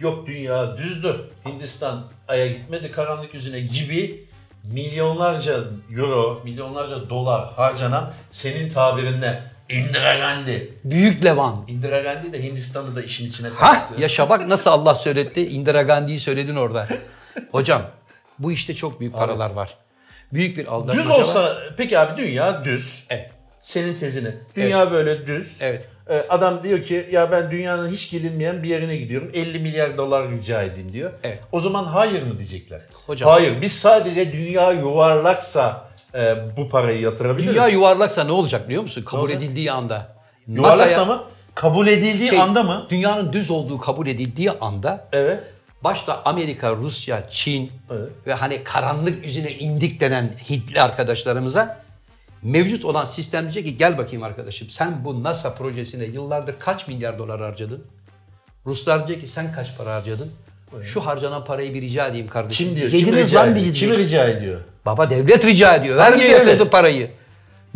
Yok dünya düzdür. Hindistan aya gitmedi karanlık yüzüne gibi milyonlarca euro, milyonlarca dolar harcanan senin tabirinle Indira Gandhi.
Büyük Levan.
Indira Gandhi de Hindistan'ı da işin içine
Ha
kattı.
yaşa bak nasıl Allah söyletti. Indira Gandhi'yi söyledin orada. Hocam bu işte çok büyük paralar var. Büyük bir aldatmaca
Düz
var.
olsa peki abi dünya düz.
Evet.
Senin tezini. Dünya böyle düz.
Evet.
Ee, Adam diyor ki ya ben dünyanın hiç gelinmeyen bir yerine gidiyorum. 50 milyar dolar rica edeyim diyor.
Evet.
O zaman hayır mı diyecekler?
Hocam-
Hayır. Biz sadece dünya yuvarlaksa e, bu parayı yatırabiliriz.
Dünya yuvarlaksa ne olacak biliyor musun? Kabul
olacak?
edildiği anda.
yuvarlaksa
NASA'ya-
mı? Kabul edildiği
şey,
anda mı?
Dünyanın düz olduğu kabul edildiği anda
Evet.
başta Amerika, Rusya, Çin
Evet.
ve hani karanlık yüzüne indik denen Hintli arkadaşlarımıza mevcut olan sistem diyecek ki gel bakayım arkadaşım sen bu NASA projesine yıllardır kaç milyar dolar harcadın? Ruslar diyecek ki sen kaç para harcadın? Şu harcanan parayı bir rica edeyim kardeşim.
Kim diyor? Kim
Yediniz
rica
lan
ediyor?
bizi
Kim
diyor.
rica ediyor?
Baba devlet rica ediyor. Vergi
Hangi
yatırdı
devlet?
parayı.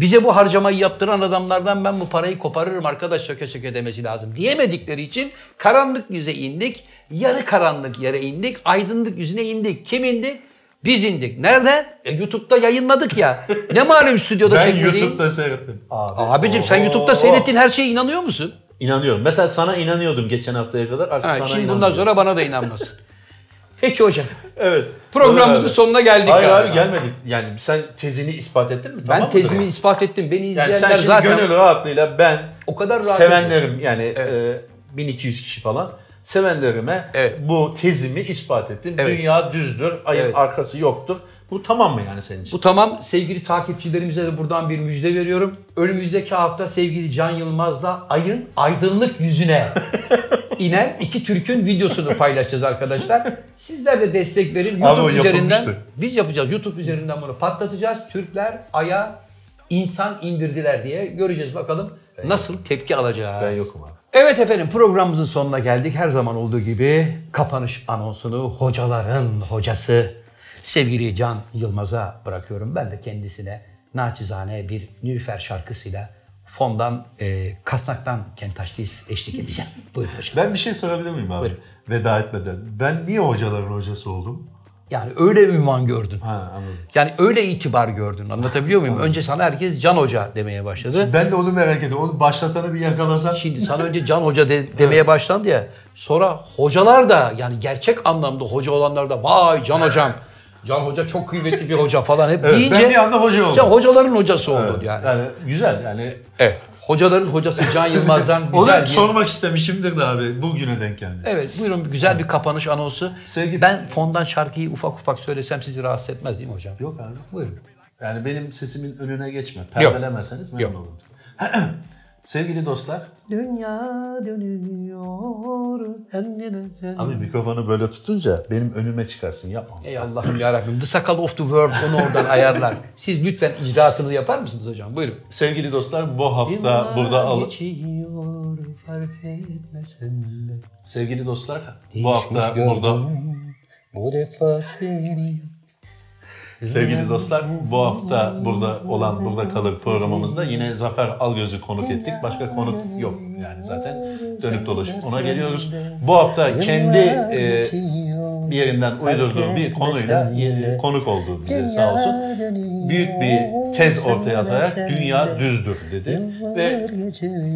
Bize bu harcamayı yaptıran adamlardan ben bu parayı koparırım arkadaş söke söke demesi lazım. Diyemedikleri için karanlık yüze indik. Yarı karanlık yere indik. Aydınlık yüzüne indik. Kim indik? Biz indik. Nerede? E, YouTube'da yayınladık ya. Ne malum stüdyoda
Ben
çekmediğim-
YouTube'da seyrettim. Abi.
Abicim sen
Oho.
YouTube'da seyrettiğin her şeye inanıyor musun?
İnanıyorum. Mesela sana inanıyordum geçen haftaya kadar. Artık
Ha,
sana
şimdi
inanmıyorum.
bundan sonra bana da inanmasın. Peki hocam.
Evet.
Programımızın
Sonra-
sonuna geldik.
Hayır
galiba.
abi gelmedik. Yani sen tezini ispat ettin mi?
Ben
Tamam mıdır?
tezimi ispat ettim. Beni izleyenler
yani sen şimdi
zaten
gönül rahatlığıyla ben
o kadar rahat
sevenlerim yani e, 1200 kişi falan sevenlerime
Evet.
bu tezimi ispat ettim.
Evet.
Dünya düzdür, ayın
Evet.
arkası yoktur. Bu tamam mı yani senin için?
Bu tamam. Sevgili takipçilerimize de buradan bir müjde veriyorum. Önümüzdeki hafta sevgili Can Yılmaz'la ayın aydınlık yüzüne inen iki Türk'ün videosunu paylaşacağız arkadaşlar. Sizler de destek verin.
Abi o
YouTube üzerinden
yapılmıştı.
biz yapacağız. YouTube üzerinden bunu patlatacağız. Türkler aya insan indirdiler diye göreceğiz bakalım nasıl tepki alacağız.
Ben yokum abi.
Evet efendim programımızın sonuna geldik. Her zaman olduğu gibi kapanış anonsunu hocaların hocası sevgili Can Yılmaz'a bırakıyorum. Ben de kendisine naçizane bir Nilüfer şarkısıyla fondan e, Kasnak'tan Kentaşlis eşlik edeceğim. Buyurun hocam.
Ben bir şey sorabilir miyim abi? Veda etmeden. Ben niye hocaların hocası oldum?
Yani öyle ünvan gördün.
Ha anladım.
Yani öyle itibar gördün. Anlatabiliyor muyum? Önce sana herkes Can Hoca demeye başladı.
Ben de onu merak ediyorum. Onu başlatanı bir yakalasan.
Şimdi sana önce Can Hoca de- demeye başlandı ya. Sonra hocalar da yani gerçek anlamda hoca olanlar da vay Can Hocam. Can Hoca çok kıymetli bir hoca falan hep
Evet,
deyince.
ben bir anda hoca oldum.
Ya hocaların hocası oldun yani.
Yani güzel yani.
Evet. Hocaların hocası Can Yılmaz'dan
Onu
güzel bir...
sormak istemişimdir de abi bugüne denk geldi.
Evet buyurun güzel bir kapanış anonsu.
Sevgili-
Ben fondan şarkıyı ufak ufak söylesem sizi rahatsız etmez değil mi hocam?
Yok abi.
Buyurun.
Yani benim sesimin önüne geçme. Perdelemezseniz memnun olurum. Sevgili dostlar.
Dünya dönüyor.
Abi mikrofonu böyle tutunca benim önüme çıkarsın yapma.
Ey Allah'ım yarabbim. The Sakal of the World onu oradan ayarlar. Siz lütfen icraatını yapar mısınız hocam? Buyurun.
Sevgili dostlar bu hafta burada al
Geçiyor fark etmesen de.
Sevgili dostlar
Hiç
bu hafta
mi gördün?
burada
Bu defa seni.
Sevgili dostlar bu hafta burada olan Burada Kalır programımızda yine Zafer Algöz'ü konuk ettik. Başka konuk yok yani zaten dönüp dolaşıp ona geliyoruz. Bu hafta kendi e, bir yerinden uydurduğu bir konuyla e, konuk oldu bize sağ olsun. Büyük bir tez ortaya atarak dünya düzdür dedi ve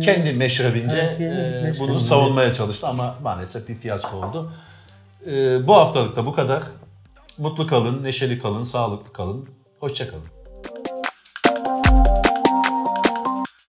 kendi meşrebince e, bunu savunmaya çalıştı ama maalesef bir fiyasko oldu. E, bu haftalık da bu kadar. Mutlu kalın, neşeli kalın, sağlıklı kalın. Hoşça kalın.